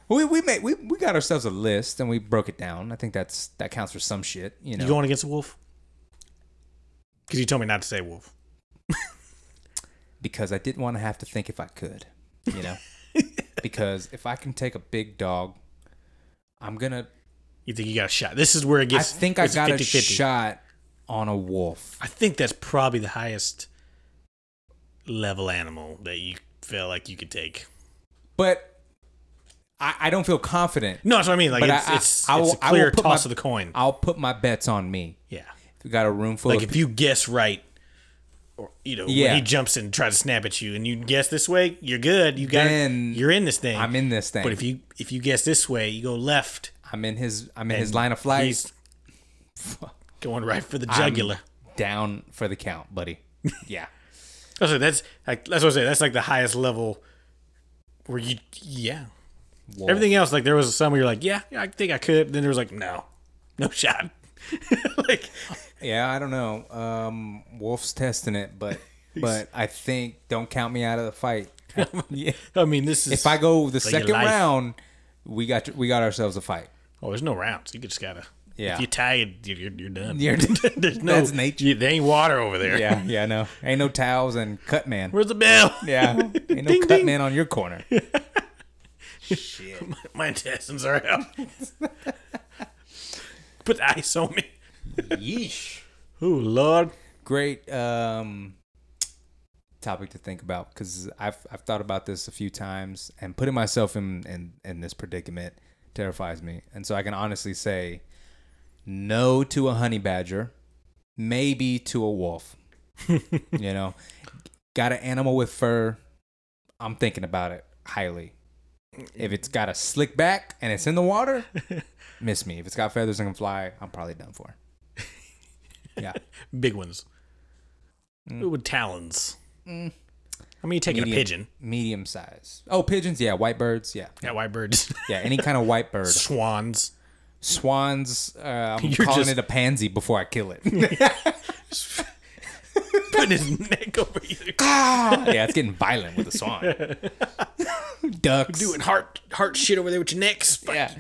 we we, made, we we got ourselves a list and we broke it down. I think that's that counts for some shit, you know. You going against a wolf? Because you told me not to say wolf. because I didn't want to have to think if I could, you know. because if I can take a big dog, I'm going to You think you got a shot? This is where it I gets. think I it's got 50-50. a shot on a wolf. I think that's probably the highest level animal that you feel like you could take. But I, I don't feel confident. No, that's what I mean. Like But it's, I- I- it's, I it's will- a I will clear put my- toss of the coin. I'll put my bets on me. yeah, If we got a room full like of if you guess right, or you know Yeah. when he jumps and tries to snap at you, and you guess this way, you're good. You got Then you're in this thing. I'm in this thing. But if you if you guess this way, you go left. I'm in his I'm in his and line of flight. He's going right for the jugular. down for the count, buddy. Yeah. That's what- Oh, that's like, that's what I say. That's like the highest level where you yeah. Wolf. Everything else, like there was some where you're like, yeah, yeah, I think I could. Then there was like, no, no shot. like Yeah, I don't know. Um, Wolf's testing it, but but I think don't count me out of the fight. yeah. I mean, this is If I go the For your second life. round, we got we got ourselves a fight. Oh, there's no rounds. You just gotta. Yeah. If you're tired, you're, you're, you're done. You're- there's no. That's nature. You, there ain't water over there. Yeah, yeah, I know. Ain't no towels and cut man. Where's the bell? Yeah, ain't no Ding, cut ding. man on your corner. My intestines are out. Put ice on me. Yeesh. Oh Lord. Great um, topic to think about because I've I've thought about this a few times and putting myself in in in this predicament terrifies me. And so I can honestly say no to a honey badger, maybe to a wolf. you know, got an animal with fur. I'm thinking about it highly. If it's got a slick back and it's in the water, miss me. If it's got feathers and can fly, I'm probably done for. Yeah. Big ones. Ooh, With talons. I mean, you're taking a pigeon. Mm. medium size. Oh, pigeons, yeah, white birds, yeah, Yeah, white birds. yeah, any kind of white bird. Swans. Swans, uh, I'm You're calling just- it a pansy before I kill it. Just putting his neck over you. Ah! yeah, it's getting violent with the swan. Ducks. Doing heart heart shit over there with your necks. Yeah.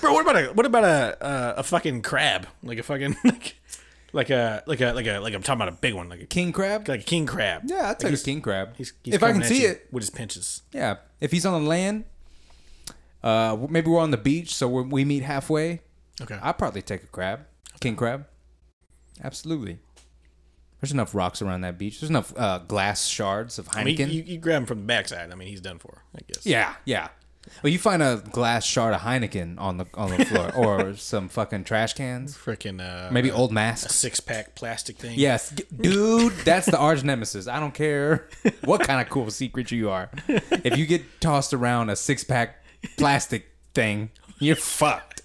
Bro, what about a what about a uh, a fucking crab? Like a fucking like, like a like a like a like I'm talking about a big one, like a King crab? like a king crab. Yeah, I'd like take a king crab. He's, he's if I can coming at see you it. with his pinches. Yeah. If he's on the land, uh, w- maybe we're on the beach, so we're, we meet halfway. Okay. I'd probably take a crab. King crab. Absolutely. There's enough rocks around that beach. There's enough uh, glass shards of Heineken. I mean, you, you grab him from the backside. I mean, he's done for. I guess. Yeah, yeah. Well, you find a glass shard of Heineken on the on the floor, or some fucking trash cans, Freaking uh, maybe old masks. six pack plastic thing. Yes, g- dude, that's the arch nemesis. I don't care what kind of cool sea creature you are. If you get tossed around a six pack plastic thing, you're fucked.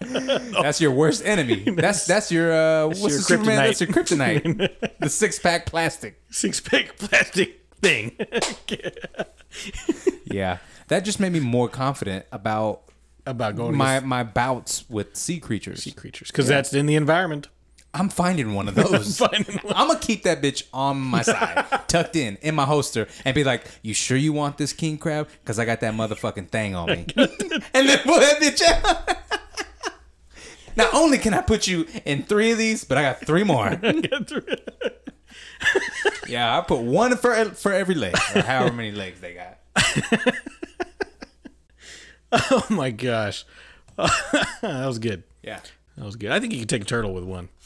that's your worst enemy. Oh. That's that's your uh, what's your the Superman? kryptonite. That's your kryptonite. the six pack plastic. Six pack plastic thing. Yeah, that just made me more confident about About going my my my bouts with sea creatures. creatures because that's in the environment. I'm finding one of those. I'm, finding one. gonna keep that bitch on my side, tucked in in my holster, and be like, "You sure you want this king crab? Because I got that motherfucking thing on me." and then pull that bitch out. Not only can I put you in three of these, but I got three more. yeah, I put one for e, for every leg, or however many legs they got. Oh my gosh, that was good. Yeah. That was good. I think you could take a turtle with one.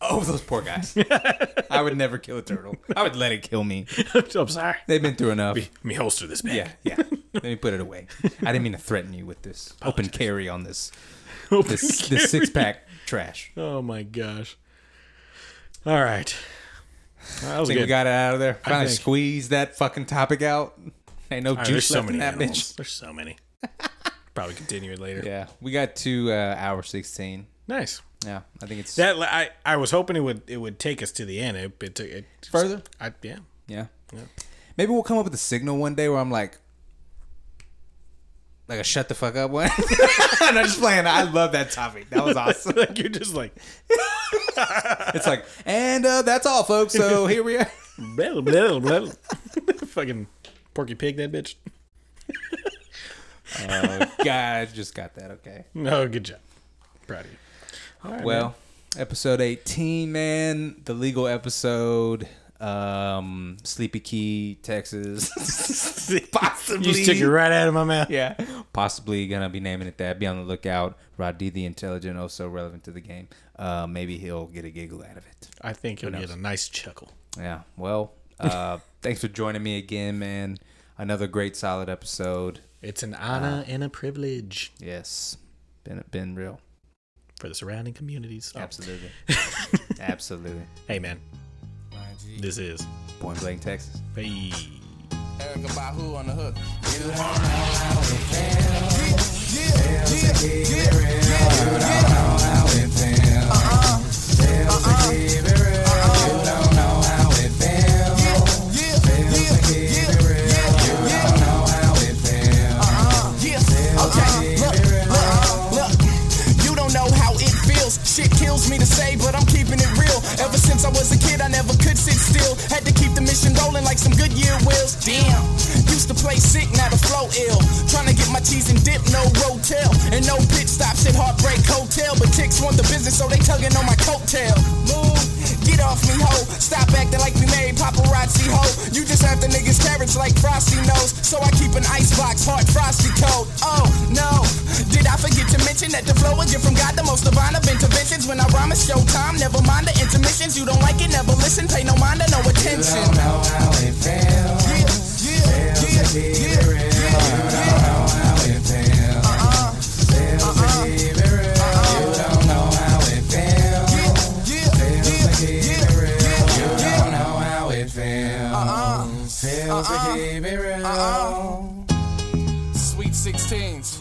Oh, those poor guys. I would never kill a turtle. I would let it kill me. I'm sorry. They've been through enough. Let me holster this bag. Yeah, yeah. Let me put it away. I didn't mean to threaten you with this open carry on this Open this, carry. this six pack trash. I Oh my gosh. All right. That was think good. we got it out of there. Finally think- squeezed that fucking topic out. Ain't no All right, juice there's so left in many that animals. bitch. There's so many. Probably continue it later. Yeah, we got to uh, hour sixteen. Nice. Yeah, I think it's That I, I was hoping it would it would take us to the end. It, it, it Further? I, yeah. yeah. Yeah. Maybe we'll come up with a signal one day where I'm like. Like a shut the fuck up one. I'm just playing. I love that topic. That was awesome. like you're just like It's like, and uh, that's all, folks. So here we are. blah, blah, blah. fucking Porky Pig. That bitch. Oh, God, just got that. Okay. No, good job. Proud of you. All right, Well, episode 18, man, the legal episode, um, Sleepy Key, Texas. man. possibly. you just took it right out of my mouth. Yeah. Possibly gonna be naming it that. Be on the lookout. Rod D, the intelligent, also relevant to the game. Uh, maybe he'll get a giggle out of it. I think you'll get a nice chuckle. Yeah. Well, uh, thanks for joining me again, man. Another great, solid episode. It's an Uh-huh. honor and a privilege Yes. Been been real. for the surrounding communities. Oh. Absolutely. Absolutely. Hey, man. This is. Point blank, Texas. Hey. Erica Bahu on the hook. You don't know how it feels. Feels to keep it real. You don't know how it feels. Feels to keep it real. You don't know how it feels. Feels to keep it real. You don't know how it feels. Yeah, okay. Look, look, look. You don't know how it feels. Shit kills me to say, but I'm keeping it real. Ever since I was a kid, I never could sit still. Had to keep the mission rolling like some Goodyear wheels. Damn. Used to play sick, now the flow ill. Tryna get my cheese and dip, no rotel. And no pit stops at Heartbreak Hotel. But chicks want the business, so they tugging on my coattail. Move, get off me, ho. Stop acting like we married paparazzi, ho. You just have the niggas' carrots like Frosty knows. So I keep an icebox, hard frosty cold. Oh no, did I forget to mention that the flow is gift from God, the most divine of interventions? When I rhyme, it's showtime. Never mind the intermissions. You don't like it, never listen. Pay no mind to no attention. Don't know how it feels. Feels to keep it real. You don't know how it feels. Feels to keep it real. You don't know how it feels. Feels to keep it real. You don't know how it feels. Feels to keep it real. Sweet 16s,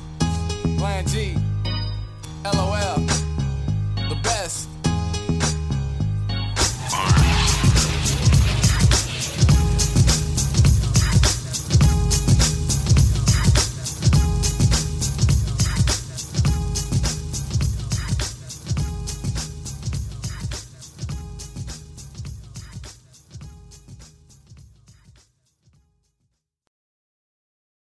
Plan G.